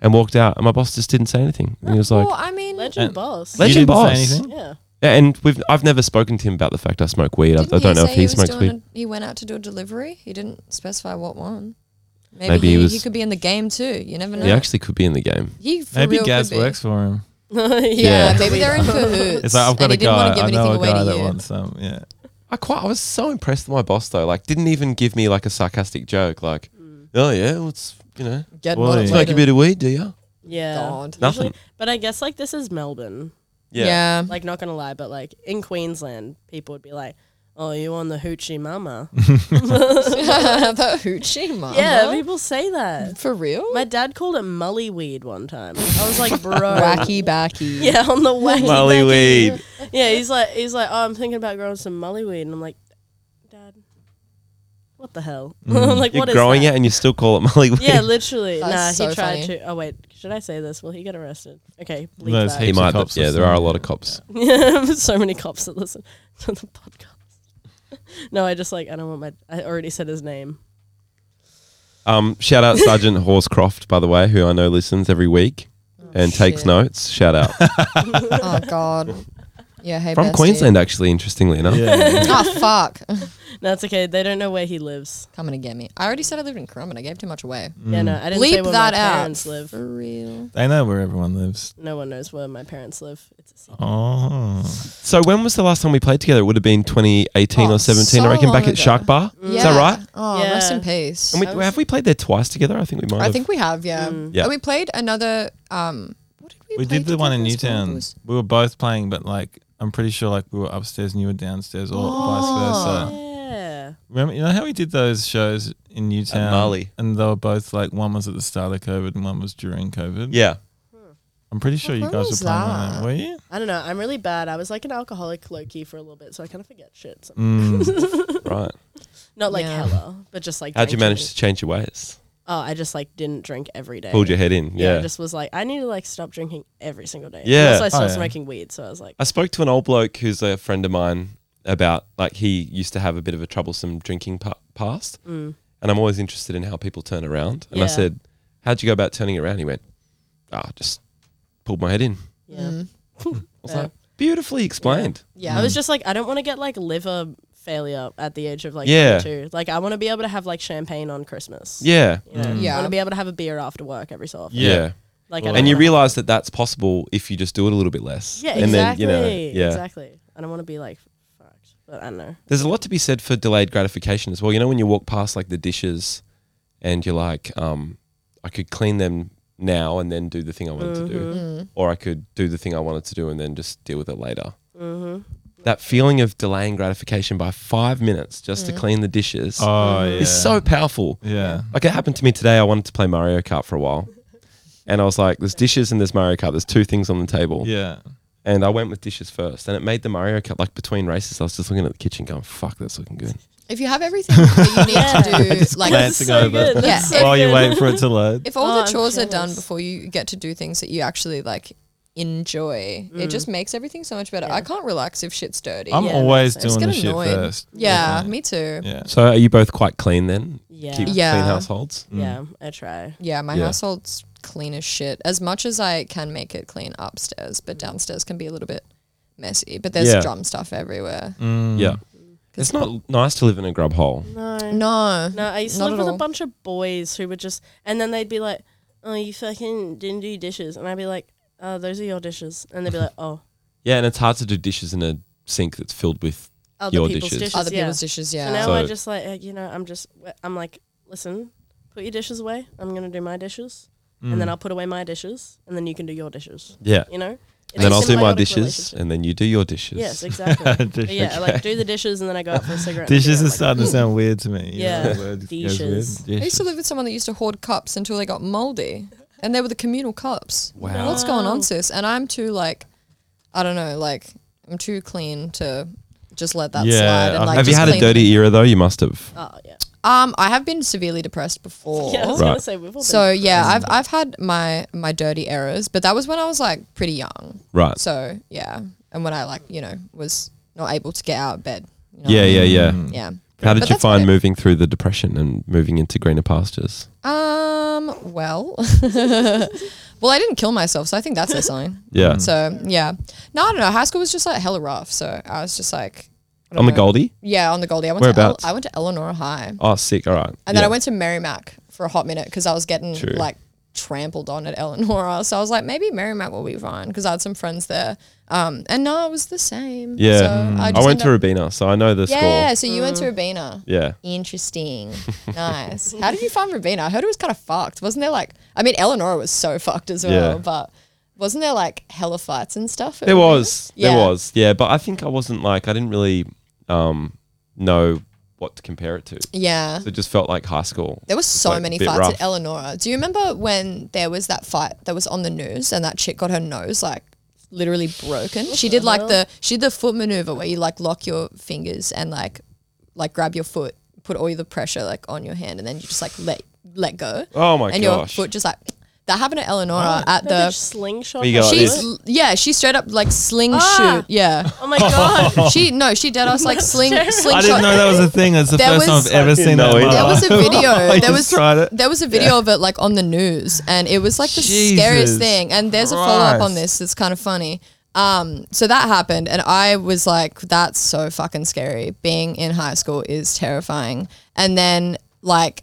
and walked out. And my boss just didn't say anything. And he was like, well, I mean, Legend And- boss. Legend [LAUGHS] you didn't boss. Say anything? yeah. [LAUGHS] Yeah, "And we've I've never spoken to him about the fact I smoke weed. I, I didn't don't he know if say he, was smokes weed." doing a- he went out to do a delivery. He didn't specify what one. Maybe, Maybe he, he he, was- could be in the game too. You never know. He actually could be in the game. He for Maybe real Gaz could be. works for him. Yeah, [LAUGHS] Yeah. maybe they're in cahoots. It's like I've got and a he didn't guy. want to give I anything know a away guy that to you. wants some. Yeah. [LAUGHS] I quite I was so impressed with my boss though. Like, didn't even give me like a sarcastic joke. Like, "Oh yeah, well, it's you know, Get Well, motivated. yeah. smoke a bit of weed, do you?" Yeah. God. Nothing. But I guess like this is Melbourne. yeah. [LAUGHS] Like not gonna lie, but like in Queensland, people would be like, "Oh, you on the hoochie mama?" Uh-huh. the hoochie mama. Yeah, people say that. for real. My dad called it mully weed one time. I was [LAUGHS] like, "Bro, [LAUGHS] wacky backy. yeah, on the [LAUGHS] wacky Molly wacky. weed. Yeah, he's like, he's like, "Oh, I'm thinking about growing some mully weed," and I'm like, "Dad, what the hell? [LAUGHS] I'm like, Mm-hmm. You're what is growing that? it and you still call it Molly weed. Yeah, literally. That's nah, so he tried funny. to. Oh wait, should I say this? Will he get arrested? Okay, leave Those he that. heaps of might. cops yeah, there listening. are a lot of cops. [LAUGHS] so many cops that listen to the podcast. [LAUGHS] no, I just like I don't want my. I already said his name. Um, shout out Sergeant Horscroft, by the way, who I know listens every week and takes Oh, shit. notes. Shout [LAUGHS] out Oh god. Yeah. Hey. from bestie. Queensland, actually. Interestingly enough, Yeah. Oh fuck. [LAUGHS] No, it's okay. They don't know where he lives. Coming to get me. I already said I lived in Currumbin. I gave too much away. Mm. Yeah, no, I didn't say Bleep where that my out. parents live. Mm. For real. They know where everyone lives. No one knows where my parents live. It's a secret. Oh. So when was the last time we played together? It would have been 2018 Oh, or 17, so I reckon, back long at Shark ago. Bar. Yeah. Is that right? Oh, Yeah. rest in peace. And we, have we played there twice together? I think we might. I have. think we have. Yeah. Mm. Yeah. And we played another. Um. What did we? We play did the one in together as well? It Newtown. was- We were both playing, but like I'm pretty sure like we were upstairs and you were downstairs, or Oh. vice Oh. versa. Yeah. Remember, you know how we did those shows in Newtown, Marley. and they were both like one was at the start of COVID and one was during COVID. Yeah. I'm pretty sure you when guys were was playing on that, that? were you? I don't know. I'm really bad. I was like an alcoholic low key for a little bit, so I kind of forget shit. So. Mm. Right. Not like Yeah. hella, but just like. Mm. How'd you drank manage too- to change your ways? Oh, I just like didn't drink every day. Pulled your head in. yeah. Yeah. I just was like, I need to like stop drinking every single day. Yeah. Also, I Oh, stopped yeah. smoking weed, so I was like, I spoke to an old bloke who's a friend of mine about like he used to have a bit of a troublesome drinking pa- past, and I'm always interested in how people turn around. And Mm. Yeah. I said, "How'd you go about turning around?" He went, "Ah, just pulled my head in." Yeah. I was Yeah. like, "Beautifully explained." Yeah. I was just like, I don't want to get like liver failure at the age of like Yeah. 22. Like, I want to be able to have like champagne on Christmas. Yeah, You know? Mm. Yeah. I want to be able to have a beer after work every so often. yeah. Like, I don't And you wanna- realize that that's possible if you just do it a little bit less. Yeah, and exactly. yeah. Exactly. I don't want to be like fucked, but I don't know. There's a lot to be said for delayed gratification as well. You know, when you walk past like the dishes and you're like, um, I could clean them now and then do the thing I wanted to do, or I could do the thing I wanted to do and then just deal with it later. That feeling of delaying gratification by five minutes just to clean the dishes Oh, yeah. is so powerful. Yeah. Like it happened to me today. I wanted to play Mario Kart for a while. And I was like, there's dishes and there's Mario Kart. There's two things on the table. Yeah. And I went with dishes first. And it made the Mario Kart, like between races, I was just looking at the kitchen going, fuck, that's looking good. If you have everything [LAUGHS] that you need to do, like glance That's glancing over. That's Yeah. so While you good. wait for it [LAUGHS] to load. if all Oh, the I'm chores are done jealous. before you get to do things that you actually like enjoy, Mm. it just makes everything so much better. I can't relax if shit's dirty. I'm Yeah, always I just doing get the shit annoyed. first. Yeah, me too. Yeah, Yeah. So are you both quite clean then? [LAUGHS] Yeah. Keep Mm. Yeah. clean households? Yeah, I try. my Yeah. household's clean as shit. As much as I can make it clean upstairs, but downstairs can be a little bit messy. But there's Yeah. drum stuff everywhere. Mm. Yeah. It's not nice to live in a grub hole. No, No, I used to Not live at with all. a bunch of boys who would just, and then they'd be like, "Oh, you fucking didn't do dishes," and I'd be like, "Oh, those are your dishes," and they'd be like, "Oh, Yeah, and it's hard to do dishes in a sink that's filled with other Your people's dishes. dishes." other yeah. people's dishes. So Yeah, now I So- just like, uh, you know, I'm just, I'm like, listen, put your dishes away. I'm gonna do my dishes, and Mm. then I'll put away my dishes, and then you can do your dishes. Yeah. You know. And then It's a I'll do my symbiotic dishes relationship. and then you do your dishes. [LAUGHS] Yes, exactly. But yeah, I, like do the dishes and then I go out for a cigarette. and Dishes is figure out, like, starting to sound weird to me. You know, Yeah. the word goes Dishes. weird. I used to live with someone that used to hoard cups until they got moldy, and they were the communal cups. Wow, what's going on, sis? And I'm too like, I don't know, like I'm too clean to just let that Yeah, slide. And, I've- like, uh, have you just had a clean- dirty era though? You must have. Oh yeah. Um, I have been severely depressed before. Yeah, I was gonna Right. say we've all So been yeah, I've I've had my my dirty errors, but that was when I was like pretty young. Right. So yeah, and when I like you know was not able to get out of bed. You know? yeah, yeah, yeah. yeah. How did you But that's what find it- moving through the depression and moving into greener pastures? Um. Well. [LAUGHS] well, I didn't kill myself, so I think that's a sign. [LAUGHS] Yeah. So yeah. No, I don't know. High school was just like hella rough. So I was just like. I don't On the know. Goldie? Yeah, on the Goldie. I went to El- Whereabouts? I went to Eleanor High, and Oh, sick. All right. then I Yeah. went to Merrimack for a hot minute because I was getting True. like trampled on at Eleanor. So I was like, maybe Merrimack will be fine because I had some friends there. Um, and no, it was the same. Yeah. Mm. So I, just went to ended Rubina, so I know the up- score. Yeah, so you went to Urbina. Yeah. [LAUGHS] Interesting. nice. How did you find Rabina? I heard it was kind of fucked. Wasn't there like, I mean, Eleanor was so fucked as well, Yeah. but wasn't there like hella fights and stuff? at There Rabina? was, Yeah. there was, yeah. But I think I wasn't like I didn't really um, know what to compare it to. Yeah. So it just felt like high school. There were It's, so like, a many bit fights rough. at Eleanor. Do you remember when there was that fight that was on the news and that chick got her nose like literally broken? She did like the she did the foot maneuver where you like lock your fingers and like like grab your foot, put all the pressure like on your hand, and then you just like let let go. Oh my and your gosh. foot just like that happened at Eleanor at No, Oh, they the. slingshot. We go us like with this. it. She's yeah, she straight up like sling Ah! shoot. Yeah. Oh my god. [LAUGHS] She no, she did [LAUGHS] us like sling terrible. slingshot. I didn't know that was a thing. That's the There first time was- I've ever seen know that. either. in my There life. [LAUGHS] was a video. there just was tried it. there was a video of it like on the news, and it was like the Jesus scariest thing. And there's a follow up on Christ. this that's kind of funny. Um, so that happened, and I was like, "That's so fucking scary." Being in high school is terrifying. And then like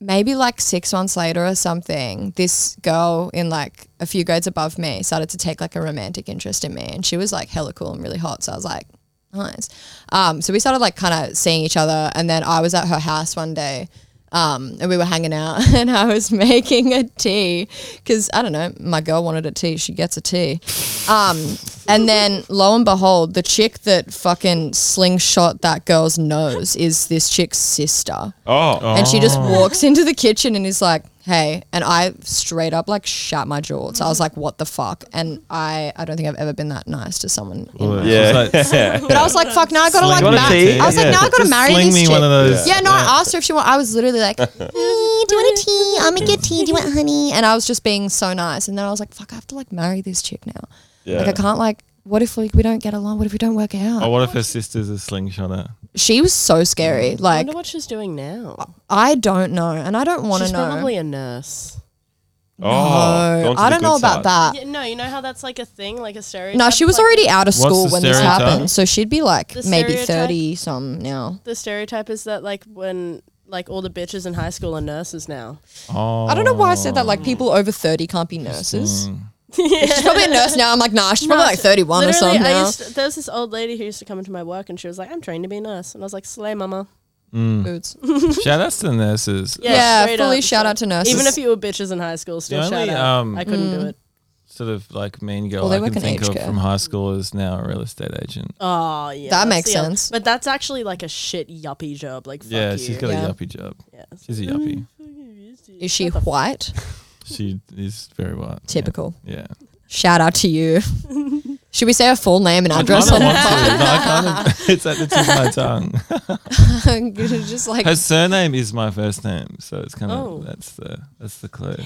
maybe like six months later or something, this girl in like a few grades above me started to take like a romantic interest in me, and she was like hella cool and really hot. So I was like, nice. Um, so we started like kind of seeing each other, and then I was at her house one day. Um, and we were hanging out, [LAUGHS] and I was making a tea because I don't know, my girl wanted a tea. She gets a tea. Um, and then lo and behold, the chick that fucking slingshot that girl's nose is this chick's sister Oh, and she just walks into the kitchen and is like, "Hey!" And I straight up like shat my jaw. So I was like, "What the fuck?" And I, I don't think I've ever been that nice to someone. In Oh. [LAUGHS] my yeah, But I was like, "Fuck!" Now I gotta like, Sling ma- me. I was like, Yeah. "Now I gotta Just marry sling this me chick." one of those. Yeah, no, I asked her if she wanted. I was [LAUGHS] literally like, "Hey, "Do you want a tea? I'm gonna get tea. Do you want honey?" And I was just being so nice. And then I was like, "Fuck! I have to like marry this chick now. Like I can't like." what if like we don't get along? What if we don't work out? Oh, what if her sister's a slingshotter? she was so scary. I Like wonder what she's doing now. I don't know, and I don't want She's to know. probably a nurse. Oh, no, gone to the I don't good know about side. that. Yeah, no, you know how that's like a thing, like a stereotype. No, she was like, already out of What's school the when this stereotype? happened, so she'd be like The maybe stereotype? thirty some now. The stereotype is that like when like all the bitches in high school are nurses now. Oh, I don't know why I said that. Mm. Like people over thirty can't be Mm. nurses. [LAUGHS] She's probably a nurse now. I'm like, [LAUGHS] nah, she's probably like thirty-one or Literally, something I now. used to- there was this old lady who used to come into my work, and she was like, "I'm trained to be a nurse," and I was like, "Slay, mama." Mm. Boots. Oh. Shout outs to the nurses. [LAUGHS] Yeah, straight fully up, shout straight out to up. nurses. Mm. Even if you were bitches in high school, still The shout only, out. um, I couldn't do it. Sort of like mean girl Well, they I work can in think aged of care. from high school is now a real estate agent. Oh yeah, That that's makes the other- sense. But that's actually like a shit yuppie job. Like, fuck yeah, you. she's got Yeah. a yuppie job. Yeah. She's a Mm. yuppie. Is she white? she is very white. Yeah. Typical. Yeah. Shout out to [LAUGHS] you. Should we say her full name and address I on don't want to, but I kind of, [LAUGHS] it's at the tip of my [LAUGHS] tongue. just like Her surname is my first name, so it's kind of Oh. that's the that's the clue.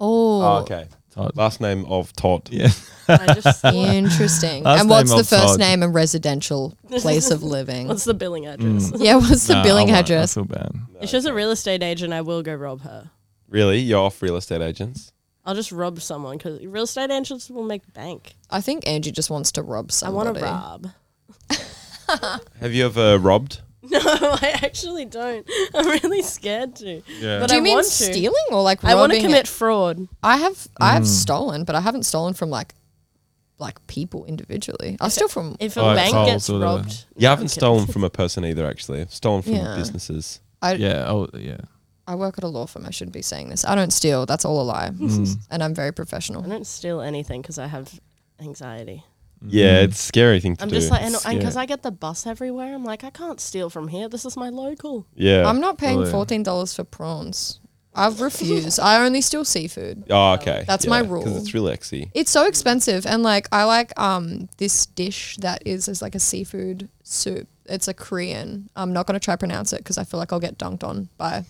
oh, Oh, okay. Todd. Last name of Todd. Yeah. I [LAUGHS] just thought, interesting. Last and what's name the of first Todd. name and residential [LAUGHS] place of living? what's the billing address? Mm. yeah, what's the Nah, I billing won't. address? I feel bad. [LAUGHS] If she's a real estate agent, I will go rob her. Really? You're off real estate agents? I'll just rob someone because real estate agents will make bank. I think Angie just wants to rob I somebody. want to rob. [LAUGHS] Have you ever robbed? No, I actually don't. [LAUGHS] I'm really scared to. Yeah. But Do I you mean want to. stealing or like I want robbing? to commit fraud. I have I Mm. have stolen, but I haven't stolen from like like people individually. I steal from If a Oh, bank it's gets all sort of- robbed, Yeah, I I'm haven't kidding. stolen from a person either, actually. I've stolen from Yeah. businesses. I Yeah. Oh, yeah. I work at a law firm. I shouldn't be saying this. I don't steal. That's all a lie, Mm. and I'm very professional. I don't steal anything because I have anxiety. Yeah, it's a scary thing to I'm do. just like, and because Yeah. I get the bus everywhere, I'm like, I can't steal from here. This is my local. yeah. I'm not paying Oh, yeah. fourteen dollars for prawns. I've refused. I only steal seafood. oh, okay. That's my Because rule. it's relaxy. It's so expensive, and like I like um this dish that is is like a seafood soup. It's a Korean. I'm not gonna try to pronounce it because I feel like I'll get dunked on by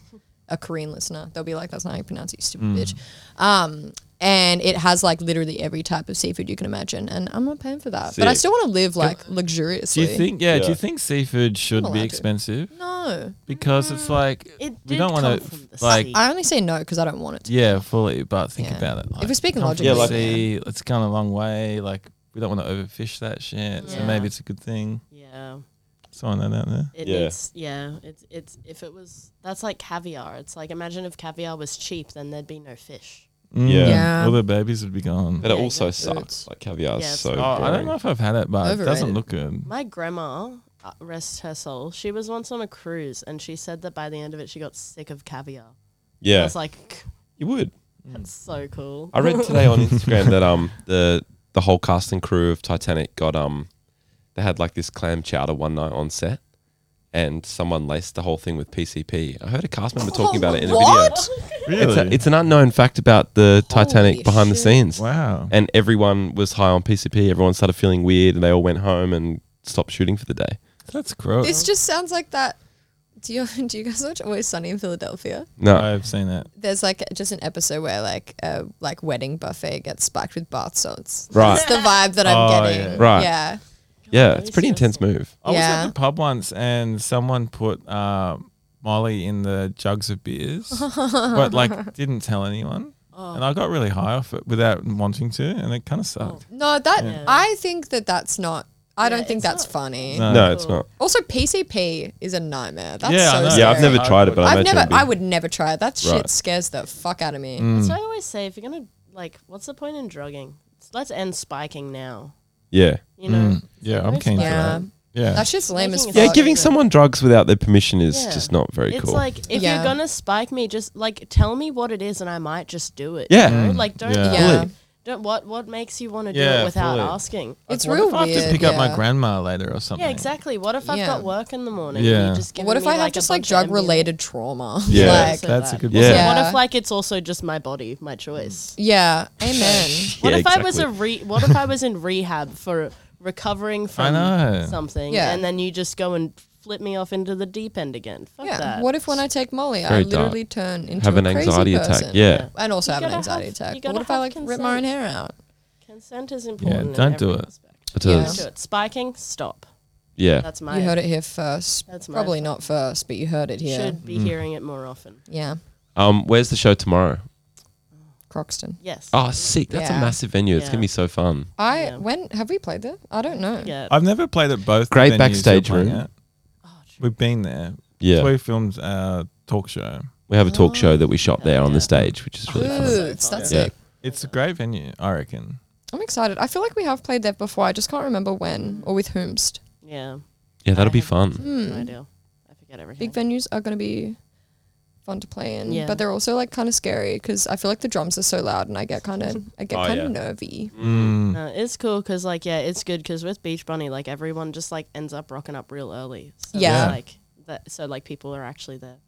a Korean listener. They'll be like, "That's not how you pronounce it, you stupid Mm. bitch." Um, and it has like literally every type of seafood you can imagine, and I'm not paying for that. But I Sick. still want to live like Do luxuriously. you think? Yeah, Do Yeah. you think seafood should allowed be to. expensive? No, Because Mm. it's like It we did don't want come from the to like sea. I only say no because I don't want it. To. yeah fully, but think Yeah. about it. Like, we're speaking come from logically, the yeah. sea, it's gone a long way. Like we don't want to overfish that shit. So Yeah. maybe it's a good thing. Yeah. Someone that out there. It Yeah. needs, yeah. It's, it's, if it was, that's like caviar. It's like, imagine if caviar was cheap, then there'd be no fish. Mm, Yeah. Yeah. All the babies would be gone. But it Yeah, also yeah. sucks. Like caviar's Yeah, it's so Oh, boring. I don't know if I've had it, but it doesn't Overrated. look good. My grandma, uh, rest her soul, she was once on a cruise and she said that by the end of it, she got sick of caviar. I Yeah. was like, You would. that's so cool. I [LAUGHS] read today on Instagram that um the the whole cast and crew of Titanic got um they had like this clam chowder one night on set and someone laced the whole thing with PCP. I heard a cast member talking about it in a What? video. It's, a, it's an unknown fact about the Titanic Holy behind the shit. scenes. Wow. And everyone was high on PCP. Everyone started feeling weird and they all went home and stopped shooting for the day. That's gross. This just sounds like that. Do you [LAUGHS] do you guys watch Always Sunny in Philadelphia? No. I've seen that. There's like just an episode where like a like wedding buffet gets spiked with bath salts. Right. That's the vibe that I'm Oh, getting. yeah. Right. Yeah. yeah, it's a pretty intense move. I was Yeah. at the pub once and someone put uh, Molly in the jugs of beers, but [LAUGHS] like didn't tell anyone. Oh. And I got really high off it without wanting to, and it kind of sucked. No, that Yeah. I think that that's not. I Yeah, don't think it's that's not- funny. No. No, it's not. Also, PCP is a nightmare. That's Yeah, I so know. scary. Yeah, I've never I tried it, but I I've imagine never. it'd be- I would never try it. That shit Right. scares the fuck out of me. So I Mm. always say, if you're gonna like, what's the point in drugging? Let's end spiking now. Yeah. You know, Mm. Yeah, I'm keen Yeah, for that. Yeah. that shit's lame as Making fuck. it Yeah, Fuck. giving someone drugs without their permission is Yeah. just not very it's cool. like if Yeah. you're gonna spike me, just like tell me what it is, and I might just do it. Yeah. you know? like don't, Yeah. Yeah. don't what what makes you want to do Yeah, it without fully. asking? it's What real if I have weird. to pick up my yeah. grandma later or something? Yeah, exactly. What if I've Yeah. got work in the morning? Yeah. Yeah. And you just What giving if me, I have like, a just like bunch of drug related trauma? Yeah. Emulator? Like, So That's a bad. good Yeah. So point. What Yeah. if like it's also just my body, my choice? yeah. Amen. What Yeah, if I was a re- What if I was in rehab for [LAUGHS] recovering from know. something, Yeah. and then you just go and flip me off into the deep end again? Fuck yeah. that. What if when I take Molly, I Very dark. literally turn into have a an crazy anxiety person. attack. Yeah. And also have an gotta anxiety have- you attack. But gotta what if I have like rip my own consent. hair out? Consent is important. in don't do every it. aspect. It Yeah. is. Do it. Spiking, stop. uh, Yeah. That's my. You heard it here first. That's my Probably not first, but you heard it here. Should Mm. be hearing it more often. Yeah. Um, where's the show tomorrow? Croxton. Yes. Oh, sick. That's a Yeah. massive venue. It's Yeah. going to be so fun. I Yeah. when have we played there? I don't know. Yeah. Oh, I've never played at both. Great venues you're backstage playing room. at. We've been there. Yeah. We filmed a talk show. We have a talk show that we shot there on the stage, which is really fun. Boots, that's Yeah. it. It's a great venue, I reckon. I'm excited. I feel like we have played there before. I just can't remember when or with whomst. Yeah. Yeah, that'll be fun. No idea. I forget everything. Hmm. Big venues are going to be fun to play in, Yeah. but they're also like kind of scary because I feel like the drums are so loud and I get [LAUGHS] kind of I get Oh, kind yeah. of nervy. Mm. Mm. No, it's cool because like yeah, it's good because with Beach Bunny, like everyone just like ends up rocking up real early. So it's Yeah. Like that, so like people are actually there.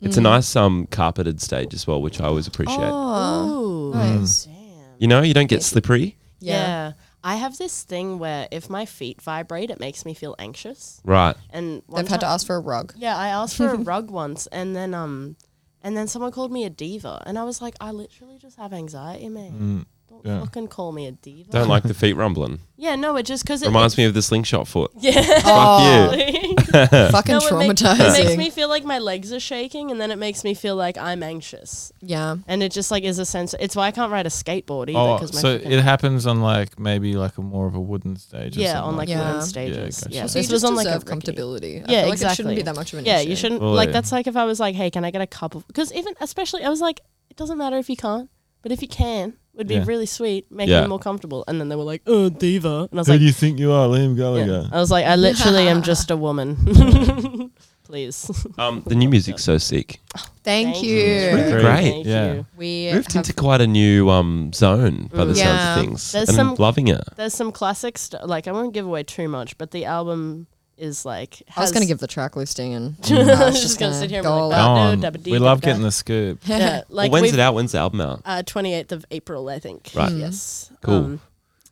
It's a nice um, carpeted stage as well, which I always appreciate. Oh, Ooh. nice. Damn. You know, you don't get slippery. Yeah. Yeah. I have this thing where if my feet vibrate, it makes me feel anxious. Right. And one They've had to ti- ask for a rug. Yeah, I asked [LAUGHS] for a rug once, and then um, and then someone called me a diva, and I was like, I literally just have anxiety, man. Don't Mm, yeah. fucking call me a diva. Don't [LAUGHS] like the feet rumbling. yeah, no, it just because it Reminds [LAUGHS] me of the slingshot foot. Yeah. Oh. Fuck you. Fucking Fucking traumatizing. It makes me feel like my legs are shaking, and then it makes me feel like I'm anxious, [LAUGHS] yeah. and it just like is a sense. It's why I can't ride a skateboard either. Oh, 'cause my so fucking- it happens on like maybe like a more of a wooden stage. or yeah, something on like that. wooden Yeah. stages. Yeah, Yeah, gotcha. So you this just was on like deserve a rickety- comfortability. I Yeah, feel like exactly. it shouldn't be that much of an yeah, issue. you shouldn't Oh, Well, like. yeah. That's like if I was like, hey, can I get a cup of? Because even especially, I was like, it doesn't matter if you can't, but if you can, would be Yeah. really sweet, make Yeah. me more comfortable. And then they were like, oh, diva, and I was Who like, do you think you are, Liam yeah. Gallagher? I was like, [LAUGHS] I literally am just a woman. [LAUGHS] Please. Um, the new music's so sick. Thank, Thank you. you. Really great. Thank Yeah. you. We Moved have into quite a new um, zone by the Yeah. sounds of things. There's and I'm some- loving it. There's some classic stuff. Like I won't give away too much, but the album is like. I was has- going to give the track listing and [LAUGHS] I I was was just gonna sit here and go be all Go like, Yeah. out. on. No, dabba-dee, we love dabba-da. getting the scoop. [LAUGHS] Yeah, like well, when's it we've- out? When's the album out? Uh, 28th of April, I think. Right. Mm-hmm. Mm. Yes. Um, Cool.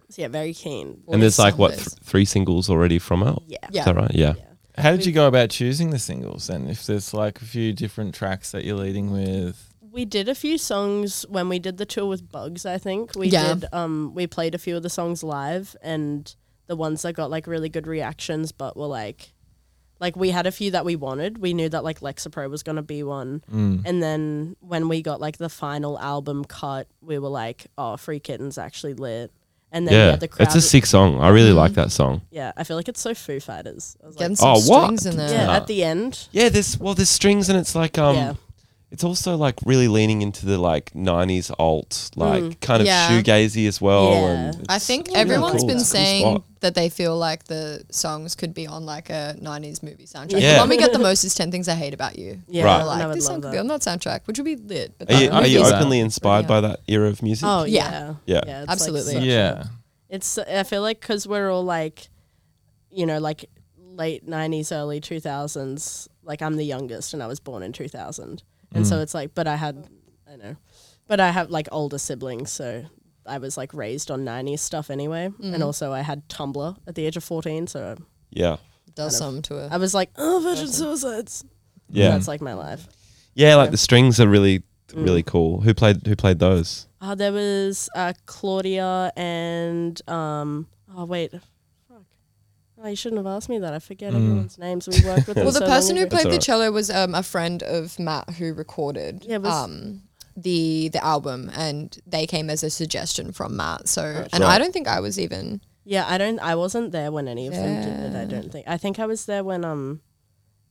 so yeah, very keen. and there's like, what, th- Sundays. three singles already from it? Yeah. Yeah. Is that right? Yeah. How did you go about choosing the singles then? If there's like a few different tracks that you're leading with, We did a few songs when we did the tour with Bugs, I think. We Yeah. did um we played a few of the songs live and the ones that got like really good reactions but were like like we had a few that we wanted. We knew that like Lexapro was gonna be one. And then when we got like the final album cut, we were like, Oh, Free Kitten's actually lit. And then yeah, Yeah. the crowd It's a sick song. I really like that song. Yeah, I feel like it's so Foo Fighters. I was like, Getting some Oh, what? strings in there. yeah, at the end. Yeah, there's well, there's strings and it's like um, Yeah. it's also like really leaning into the like '90s alt, like kind of Yeah. shoegazy as well. Yeah. And I think really everyone's cool. been It's a cool saying spot. that they feel like the songs could be on like a 90s movie soundtrack. Yeah. The one we get the most is 10 Things I Hate About You. Right. Yeah, They're and I Like, would this song love could be that. on that soundtrack, which would be lit. But are you, that are you movie's- Yeah. openly inspired by that era of music? Oh Yeah. yeah, Yeah. it's, like, Absolutely. such- yeah, it's I feel like because we're all like, you know, like late '90s, early 2000s. Like I'm the youngest, and I was born in 2000, and so it's like, but I had, I know, but I have like older siblings, so I was like raised on '90s stuff anyway, and also I had Tumblr at the age of 14, so Yeah, does some to I it. was like, oh, virgin suicides. yeah, that's like my life. yeah. Like the strings are really, really cool. Who played? Who played those? Uh, there was uh, Claudia and um. Oh wait, fuck. Oh, you shouldn't have asked me that. I forget Hmm. everyone's names. We worked [LAUGHS] with. them Well, the so person long who ago. played the alright. cello was um, a friend of Matt who recorded Yeah, was- um, the the album, and they came as a suggestion from Matt. So, and right. I don't think I was even. Yeah, I don't. I wasn't there when any of them did it. I don't think. I think I was there when um,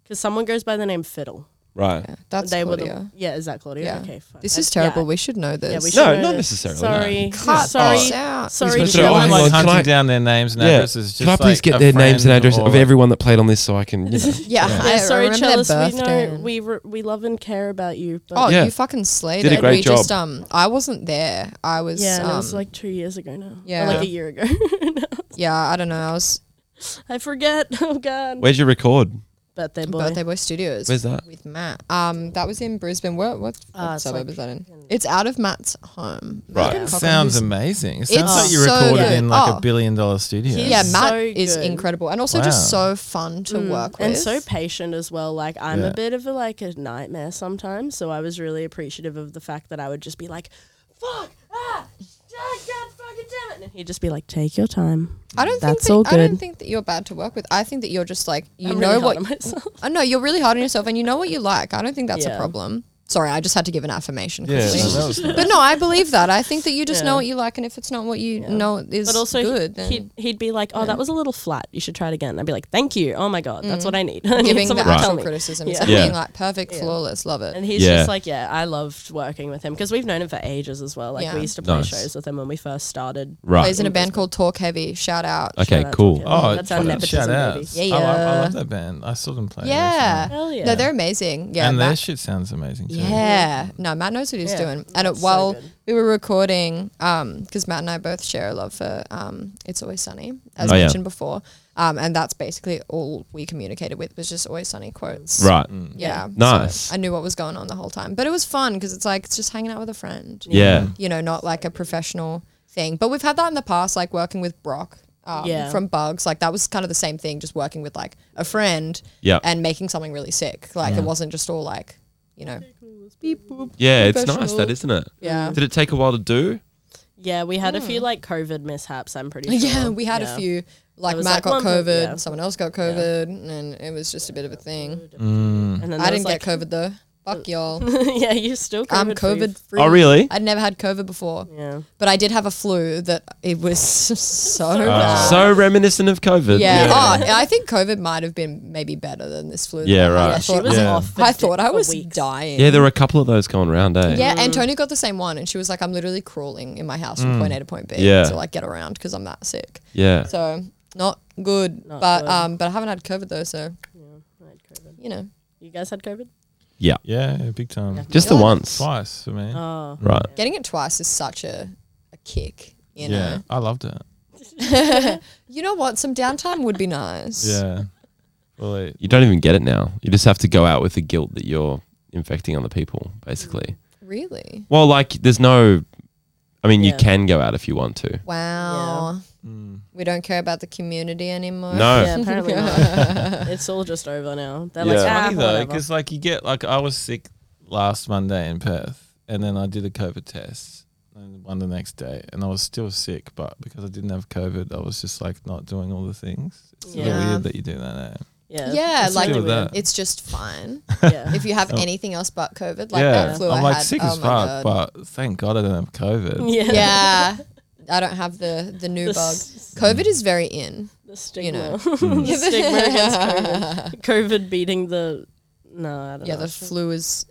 because someone goes by the name Fiddle. Right. That's they were. Claudia. The, yeah, is that Claudia? Yeah. Okay, fine. This I- is terrible. Yeah, We should know this. yeah, we should No, know not this. necessarily, no. Sorry, Cut us sorry, out. sorry. Especially- Jill. Oh, I'm hang on, can like hunting I- down their names and Yeah. addresses. Just Can I please like, get a their names and friend addresses or of everyone that played on this so I can? You know. [LAUGHS] Yeah, Yeah, I sorry, remember their Chalice. We birthday. know we re- we love and care about you. But oh, Yeah. you fucking slayed Did a it. great we just um, I wasn't there. I was yeah, and um, it was like two years ago now. yeah. Yeah, like a year ago. [LAUGHS] yeah, I don't know. I was I forget. [LAUGHS] Oh God. Where's your record? Birthday boy. Birthday Boy Studios. Where's that? With Matt. Um, that was in Brisbane. What what, what Uh, it's suburb like- is that in? It's out of Matt's home. Right. Matt Cochran, Sounds who's- amazing. It sounds It's like you so recorded good. in like Oh. a billion dollar studio. He's yeah, Matt so is good. Mm. incredible and also just so fun to work with. and so patient as well. Like I'm Yeah. a bit of a like a nightmare sometimes, so I was really appreciative of the fact that I would just be like, "Fuck, ah, Dad, God, fucking damn it. And he'd just be like, take your time. I don't That's think that, all I don't good. think that you're bad to work with. I think that you're just like you I'm know really hard what. on myself. [LAUGHS] I know you're really hard on yourself, and you know what you like. I don't think that's a Yeah. problem. Sorry, I just had to give an affirmation. Yeah, quickly. no, that was nice. but no, I believe that. I think that you just know Yeah. what you like, and if it's not what you know is But also, good, he, then he'd, he'd be like, oh, that was a little flat. You should try it again. I'd be like, thank you. Oh my God, that's what I need. [LAUGHS] I need Mm. giving the someone to tell actual me. criticism Yeah. instead Yeah. of being like perfect, flawless, love it. And he's Yeah. just like, yeah, I loved working with him because we've known him for ages as well. Like Yeah. we used to play Nice. shows with him when we first started. Plays Right. in a band called Talk Heavy. Shout out. Okay, Shout out to cool. him. Oh, That's our shout- nepotism shout out. baby. Yeah, I, love, I yeah. love that band. I saw them play. Yeah. recently. Hell yeah. No, they're amazing. Yeah. and their Matt- shit sounds amazing too. yeah. No, Matt knows what he's Yeah, doing. And it, that's so while good. we were recording, because Matt and I both share a love for um, It's Always Sunny, as Oh, yeah. mentioned before. Um, and that's basically all we communicated with was just Always Sunny quotes. Right. Yeah. Nice. So I knew what was going on the whole time. But it was fun because it's like, it's just hanging out with a friend. Yeah. you know, not like a professional thing. But we've had that in the past, like working with Brock um, Yeah. from Bugs. Like that was kind of the same thing, just working with like a friend Yep. and making something really sick. Like it wasn't just all like, you know, beep boop. Yeah, it's nice Professional. that, isn't it? Yeah. Did it take a while to do? Yeah, we had a few like COVID mishaps. I'm pretty sure. Hmm. Yeah, we had Yeah. a few. Like was Matt like got one per- COVID, yeah. someone else got COVID, and it was just a bit of a thing. And then I there was, didn't like, get COVID though. [LAUGHS] Fuck y'all. yeah, you still COVID. I'm COVID free. Oh, really? I'd never had COVID before, Yeah. but I did have a flu that it was [LAUGHS] so bad. Uh, So reminiscent of COVID. Yeah. Oh, I think COVID might have been maybe better than this flu. Yeah, that I right. had. Yeah, I she thought was I, off. for I di- thought I for was weeks. Mm. dying. Yeah, there were a couple of those going around, eh? Yeah, Antonio got the same one, and she was like, "I'm literally crawling in my house from point A to point B Mm. Yeah. to like get around because I'm that sick." Yeah. So not good, but um, but I haven't had COVID though, so I had COVID. you know, You guys had COVID? Yeah. Yeah, yeah, big time. Just the once. Twice for me. Oh, Right. getting it twice is such a a kick. You know, yeah, I loved it. you know [LAUGHS] what? Some downtime would be nice. Yeah. Well, it, You don't even get it now. You just have to go out with the guilt that you're infecting other people, basically. Really? Well, like, there's no. I mean, Yeah. you can go out if you want to. Wow. mm, We don't care about the community anymore. No. yeah. [LAUGHS] Apparently not. It's all just over now. They're like, Yeah. ah, funny though, whatever." because like you get like I was sick last Monday in Perth, and then I did a COVID test and one the next day, and I was still sick, but because I didn't have COVID, I was just like not doing all the things. It's a Yeah. bit weird that you do that. Eh? yeah, Yeah, it's like- really Do that. Oh. weird. It's just fine. yeah. if you have anything else but COVID, like yeah, that flu I'm I like had. sick oh as my fuck, god. but thank God I don't have COVID. [LAUGHS] yeah, [LAUGHS] yeah, I don't have the the new [LAUGHS] The bug. s- COVID is very in. The stigma, You know. Mm. [LAUGHS] the [LAUGHS] stigma against COVID. [LAUGHS] COVID beating the no, I don't Yeah, know. the flu is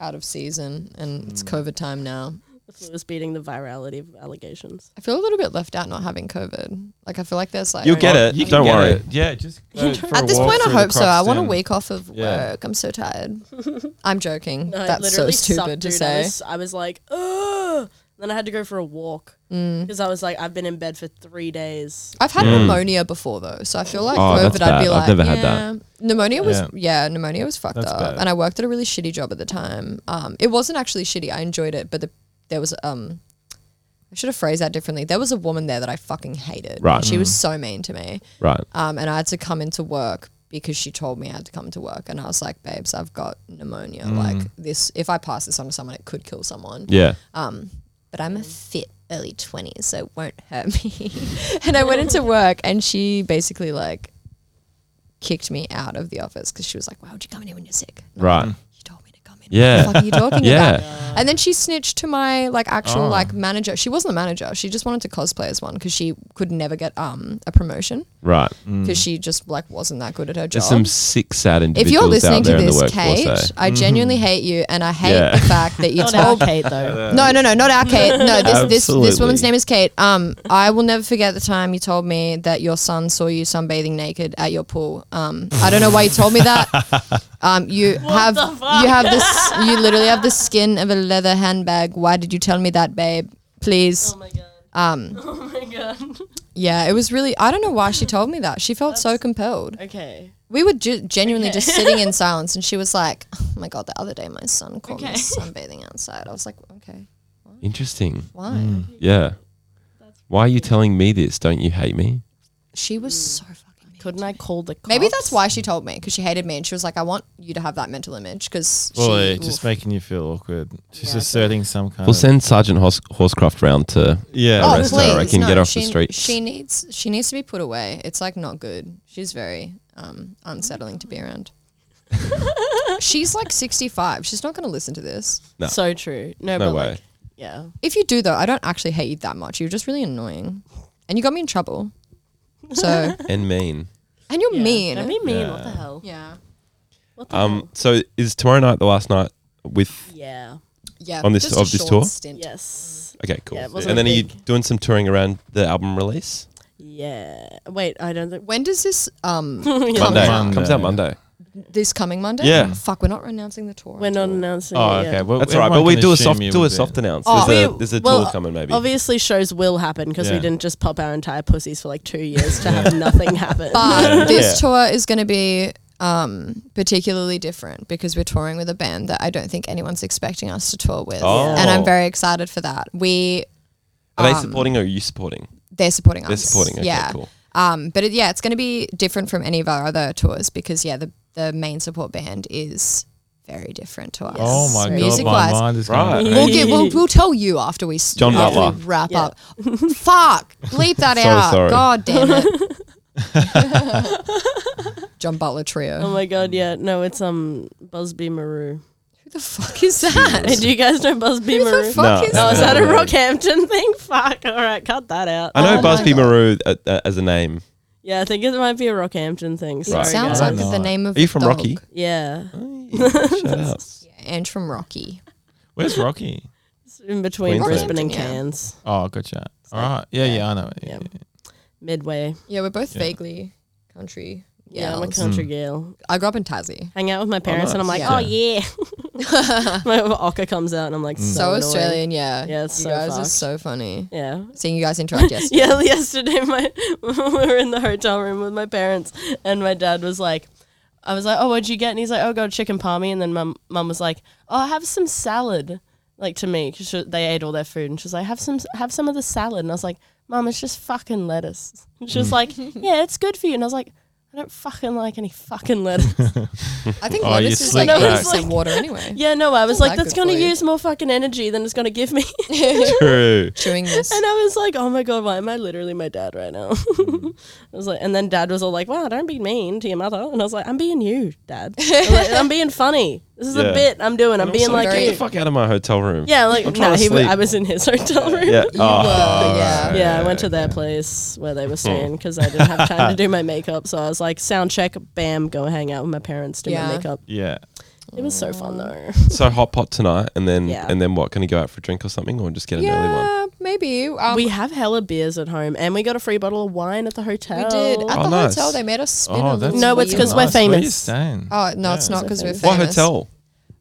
out of season and Hmm. it's COVID time now. The flu is beating the virality of allegations. I feel a little bit left out not having COVID. Like I feel like there's like You'll get it. You can don't get worry. it. Yeah, [LAUGHS] just go for a At this walk point, I through the hope so. I Crocs want a Den. week off of Yeah. work. I'm [LAUGHS] so tired. I'm joking. No, it That's so literally stupid sucked, to dude. say. I was, I was like, oh. Then I had to go for a walk Mm. because I was like, I've been in bed for three days. I've had pneumonia before though, so I feel like Hmm. Oh, that's COVID. I'd be bad. I've like, never yeah. had that. Pneumonia was, Yeah. yeah, pneumonia was fucked That's up, bad. and I worked at a really shitty job at the time. Um, it wasn't actually shitty. I enjoyed it, but the, there was um, I should have phrased that differently. There was a woman there that I fucking hated. Right. Hmm. she was so mean to me. Right. Um, and I had to come into work because she told me I had to come to work, and I was like, babes, I've got pneumonia. Like this, if I pass this on to someone, it could kill someone Mm. Um, Yeah. but I'm a fit early 20s, so it won't hurt me. [LAUGHS] and I went into work and she basically like kicked me out of the office because she was like, why would you come in here when you're sick? And I'm like, Right. You told me to come in. Yeah. What the fuck are you [LAUGHS] talking Yeah. Oh. about? And then she snitched to my like actual like manager. She wasn't the manager. She just wanted to cosplay as one because she could never get um a promotion Right. because she just like wasn't that good at her job There's some sick, sad if you're individuals listening out to there in the this, workforce. Kate, eh? I genuinely hate you, and I hate Yeah. the fact that you [LAUGHS] Not [LAUGHS] our told Kate though. no, no, no, not our Kate. No, this this this Absolutely. woman's name is Kate. Um, I will never forget the time you told me that your son saw you sunbathing naked at your pool. Um, I don't know why you told [LAUGHS] me that. Um, you have you have this you literally have the skin of a leather handbag. Why did you tell me that, babe? Please. [LAUGHS] Oh my god. Um. Oh my god. Yeah, it was really. I don't know why she told me that. She felt so compelled. [LAUGHS] Okay. We were ju- genuinely just sitting in silence, and she was like, "Oh my god, the other day my son called me sunbathing outside." I was like, "Okay, Interesting. why?" Yeah. Why are you telling me this? Don't you hate me? She was so fucking mean. Couldn't I call the cops? Maybe that's why she told me because she hated me and she was like, I want you to have that mental image because Well, she. it's just making you feel awkward. She's Yeah. asserting some kind We'll of send Sergeant Hors- Horsecroft round to yeah. Oh, arrest her. I please, can no, get off she, the streets. She needs she needs to be put away. It's like not good. She's very um, unsettling to be around. She's like 65. She's not going to listen to this. No. So true. No, No but way. like, yeah. If you do though, I don't actually hate you that much. You're just really annoying, and you got me in trouble. [LAUGHS] So and mean. and you're Yeah. mean. Don't be mean. What the hell? yeah. What the Um, hell? so is tomorrow night the last night with? Yeah. Yeah. On this- just a of this short tour? stint. Yes. Okay, cool. Yeah, it wasn't and then are you big. doing some touring around the album release? Yeah. Wait, I don't think. When does this um [LAUGHS] Yeah. Monday. Monday. comes out Monday. this coming Monday? Yeah. Fuck, we're not announcing the tour. We're not announcing. Oh, it yet. okay. Well, That's all right, but everyone we can do a assume soft you do were a there. soft announce. Oh, there's we- a there's a well, tour coming maybe. Obviously, shows will happen because we Yeah. didn't just pop our entire pussies for like two years to have nothing happen. [LAUGHS] But Yeah. this Yeah. tour is going to be um, particularly different because we're touring with a band that I don't think anyone's expecting us to tour with, Oh. and I'm very excited for that. We Are they supporting or are you supporting? they're supporting They're us. supporting. Okay, um, yeah. cool. Um, but it, yeah, it's going to be different from any of our other tours because yeah, the the main support band is very different to us. Oh my god, my Music-wise. mind is Right. going We'll We'll, crazy. get, we'll, we'll tell you after we s- John after we Butler. wrap Yeah. up. Fuck, bleep that So [LAUGHS] out. sorry. God damn it. [LAUGHS] John Butler trio. oh my god, yeah. No, it's um Busby Maru. Who the fuck is that? [LAUGHS] Do you guys know Busby Who Maru? the fuck No. is Oh, that? is that a Rockhampton thing? [LAUGHS] Fuck. All right, cut that out. I Um, know my Busby God. Maru uh, uh, as a [LAUGHS] name. Yeah, I think it might be a Rockhampton thing. It Sorry, guys. sounds like I don't the know. name of Are you from dog. Rocky? yeah, Shut up. Yeah, and from Rocky. Where's Rocky? it's in between Queensland. Brisbane and Rockhampton, yeah. Cairns, Oh, gotcha. All right. Yeah, yeah, I know. it. Yeah. midway. Yeah, we're both Yeah. vaguely country. Yeah, I'm a gals. country Hmm. girl. I grew up in Tassie. Hang out with my parents, and I'm like, nice. oh yeah. [LAUGHS] my Ocker comes out, and I'm like, Hmm. so, So annoyed. Australian, yeah. Yeah, it's you so guys are fucked. so funny. Yeah. [LAUGHS] Seeing you guys interact yesterday. Yeah, yesterday my [LAUGHS] we were in the hotel room with my parents and my dad was like I was like, Oh, what'd you get? And he's like, Oh god, chicken palmy and then mum mum was like, Oh, have some salad like to me because they ate all their food and she was like, Have some have some of the salad and I was like, Mum, it's just fucking lettuce. And she Mm. was [LAUGHS] like, Yeah, it's good for you and I was like, I don't fucking like any fucking lettuce. [LAUGHS] I think Oh, you lettuce is like slick back. 80% water anyway. [LAUGHS] yeah, no, I was Don't like, like That's it gonna for you. use more fucking energy than it's gonna give [LAUGHS] me. True. Chewing [LAUGHS] this. And I was like, oh my God, why am I literally my dad right now? [LAUGHS] I was like, and then dad was all like, wow, don't be mean to your mother. And I was like, I'm being you, dad. I'm, like, I'm being funny. This is Yeah. a bit I'm doing. [LAUGHS] I'm And being also, like get very- you. the fuck out of my hotel room. yeah, like, no, trying to he, w- sleep. I was in his hotel room. Yeah. You Oh. were, [LAUGHS] yeah. Yeah, I went to their place where they were staying because I didn't have time to [LAUGHS] do my makeup. So I was like, sound check, bam, go hang out with my parents, do Yeah. my makeup. Yeah. It was so fun though. So hot pot tonight, and then Yeah. and then what? Can you go out for a drink or something, or just get an early one? Yeah, maybe. Um, we we, have hella beers at home and we got a free bottle of wine at the hotel. did. At Oh, the nice. hotel, they made us spin Oh, a that's little No, it's wheel. 'cause we're nice. Where are you famous. staying? Oh, no, it's Yeah. not because we're What famous. hotel?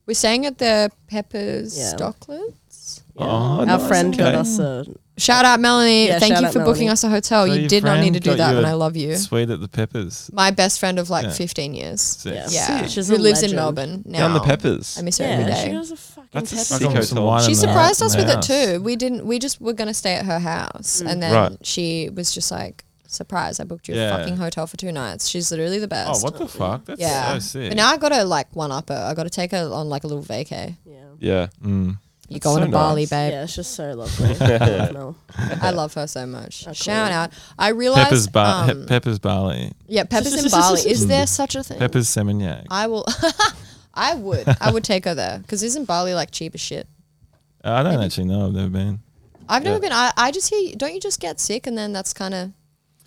We're staying at the Pepper's Yeah. Stocklets. Oh, Our nice. friend got Okay. us a Shout out, Melanie. Yeah, Thank shout you out, for booking Melanie. us a hotel. So you your did not need to friend do got that, you and a I love you. Sweet at the Peppers. My best friend of like Yeah. 15 years. Sick. Yeah. Yeah. Sick. She's Who a lives in legend. Melbourne now. Down the peppers. I miss her yeah, every She day. was a fucking That's a pepper. sick Got hotel. some wine She in the surprised house- us in with the it house. too. We didn't. We just were gonna stay at her house, and then Right. she was just like, "Surprise! I booked you Yeah. a fucking hotel for two nights." She's literally the best. Oh, what the fuck? That's Yeah. so sick. But now I got to like one upper. I got to take her on like a little vacay. Yeah. Yeah. Mm. You going so to Bali, nice. babe? Yeah, it's just so [LAUGHS] lovely. I love I love her so much. cool. Shout out. I realized. Peppers, ba- um, Pe- Hmm. Peppers Barley. yeah, peppers [LAUGHS] in Bali. Is there such a thing? Peppers Semignac. Uh, I will. [LAUGHS] I would. I would take her there because isn't Bali like cheap as shit? I don't actually know. I've never been. I've never been. I, I just hear. Don't you just get sick and then that's kind of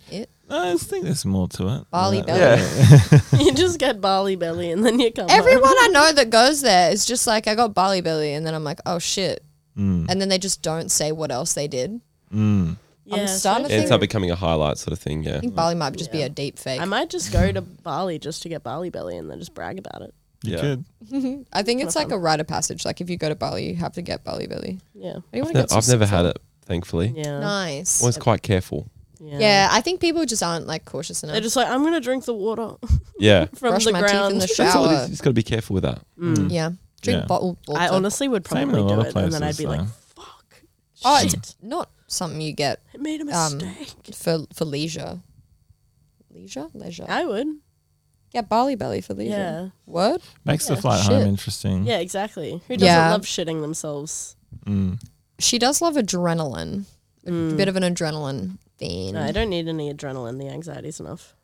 it? I just think there's more to it. Bali Yeah. belly. Mel. [LAUGHS] you just get barley belly and then you come Uh-huh. home. Everyone I know that goes there is just like I got Bali belly and then I'm like, oh shit, Mm. and then they just don't say what else they did. Mm. Yeah, I'm so starting to It think- ends up becoming a highlight sort of thing. Yeah. I think Bali might just be Yeah. a deep fake. I might just go to Bali just to get barley belly and then just brag about it. You Yeah. could. I think it's like a rite of passage. Like if you go to Bali, you have to get Bali belly. Yeah. What do you want to No, get? some I've never sick had for? it, thankfully. Yeah. Nice. Always quite careful. yeah. yeah, I think people just aren't like cautious enough. They're just like, I'm going to drink the water [LAUGHS] Yeah. from Brush the my teeth in ground. the sh- That's all it is. Shower. You just got to be careful with that. yeah, drink Yeah. bottled water. I honestly would Same in a probably do lot of it. and then I'd places, be like, though. fuck. oh, shit. it's not something you get I made a um, mistake. for for leisure. leisure, leisure. I would. Yeah, Bali Belly for leisure. Yeah. Word. Makes Yeah. the flight Shit. home interesting. Yeah, exactly. Who doesn't Yeah. love shitting themselves? Mm. She does love adrenaline. A Mm. bit of an adrenaline fiend. No, I don't need any adrenaline. The anxiety's enough.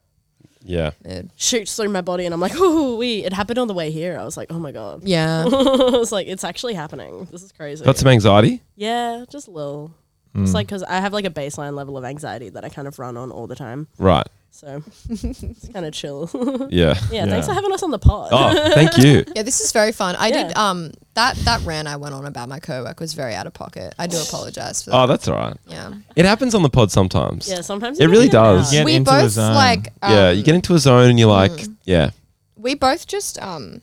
Yeah. It- Shoots through my body, and I'm like, oh, we. It happened on the way here. I was like, oh my god. [LAUGHS] yeah. I was like, it's actually happening. This is crazy. Got some anxiety? yeah, just a little. Mm. It's like because I have like a baseline level of anxiety that I kind of run on all the time. Right. So it's kind of chill. [LAUGHS] Yeah. yeah, thanks Yeah. for having us on the pod. [LAUGHS] Oh, thank you. Yeah, this is very fun. I did Yeah. um that that rant I went on about my cowork was very out of pocket. I do apologize for that. Um, Oh, that's all right. yeah. It happens on the pod sometimes. yeah, sometimes It you really get out. does. Yeah. Get we into the both zone. like um, yeah. You get into a zone and you're like, yeah. we both just um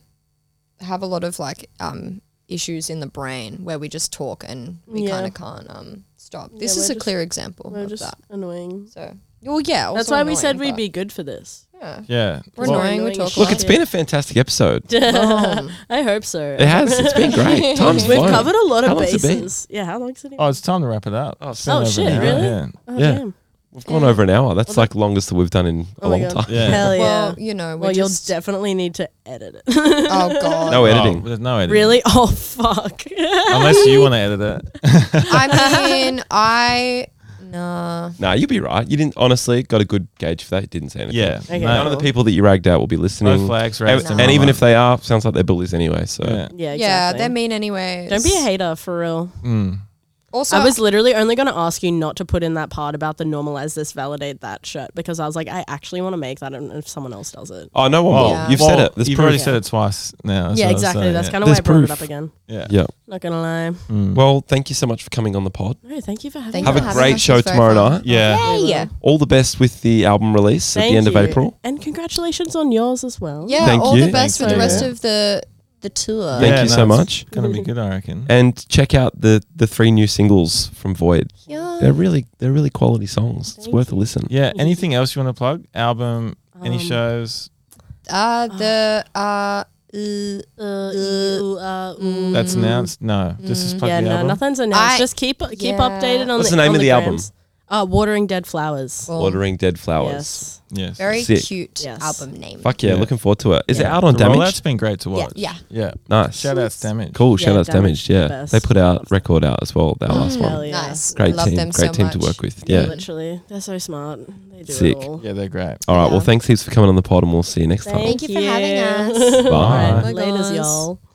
have a lot of like um issues in the brain where we just talk and we Yeah. kind of can't um stop. This we're is a just- clear example We're of just that. annoying. So, well, yeah. That's also why we annoying, said we'd but- be good for this. Yeah. Yeah. We're Well- annoying. We Annoying talk. as Look, Look, it's been a fantastic episode. [LAUGHS] I hope so. It has. It's been great. Time's We've flown. covered a lot How of long's it been? bases. Yeah, how long's it been? Oh, it's time to wrap it up. Oh, oh, shit, really? Oh, Yeah. damn. We've gone over an hour. That's like longest that we've done in a Oh my long time. God. [LAUGHS] Yeah. Hell yeah. well, you know, we're well, you'll just. definitely need to edit it. [LAUGHS] oh god. No Editing. editing. there's no editing. really? Oh, fuck. [LAUGHS] [LAUGHS] Unless you want to edit it. [LAUGHS] I mean, I nah. Nah, you'll be right. You didn't honestly got a good gauge for that. You didn't say anything. yeah. Okay. No, None of the people that you ragged out will be listening. no flags And, raised. No. and even if they are, sounds like they're bullies anyway. So Yeah. yeah, [LAUGHS] exactly. Yeah, they're mean anyways. Don't be a hater, for real. Mm. Also, I was literally only going to ask you not to put in that part about the normalize this, validate that shit because I was like, I actually want to make that and if someone else does it. Oh, no one will. Yeah. You've Well, said it. There's you've proof. already said it twice now. yeah, exactly. That's kind of why There's I brought proof. it up again. of Yeah. Not going to lie. Mm. Well, thank you so much for coming on the pod. No, thank you for having Thank me. Have you a for having great us. show It's very tomorrow fun. night. yeah. Hey. Yeah. All the best with the album release at the Thank end you. of April. And congratulations on yours as well. Yeah, Thank all you. the best Thank for the you. rest of the the tour. Thank you so much. Going to be good, I reckon. And check out the the three new singles from Void. Yeah. They're really they're really quality songs. It's worth a listen. Yeah. Anything else you want to plug? Album? any Um, shows? Uh, the uh, uh, Uh, Uh, ooh, uh, ooh. That's announced? No. Just as plug Mm, yeah, the no, album. nothing's announced. I- Just keep keep Yeah. updated on What's the the name on of the album? grams. Uh, Watering Dead Flowers. well, Watering Dead Flowers. Yes. Yes. very Sick. cute Yes. album name. Fuck yeah, Yeah. looking forward to it. Is it Yeah. out on The rollout's Damaged? been great to watch. yeah. Yeah. Nice. Shout outs damage. Cool. Yeah, Shout outs damaged. Damaged, the Yeah, best. they put out record out as well. That last Hell one. yeah. Mm-hmm. Nice. Great Oh, Love team. them Great so team to much. work with. Yeah. Yeah. Literally. They're so smart. They do Sick. it all. Yeah, they're great. All right. Well, Yeah. thanks heaps for coming on the pod, and we'll see you next time. Thank you for having us. Bye. Laters, Bye, guys. y'all.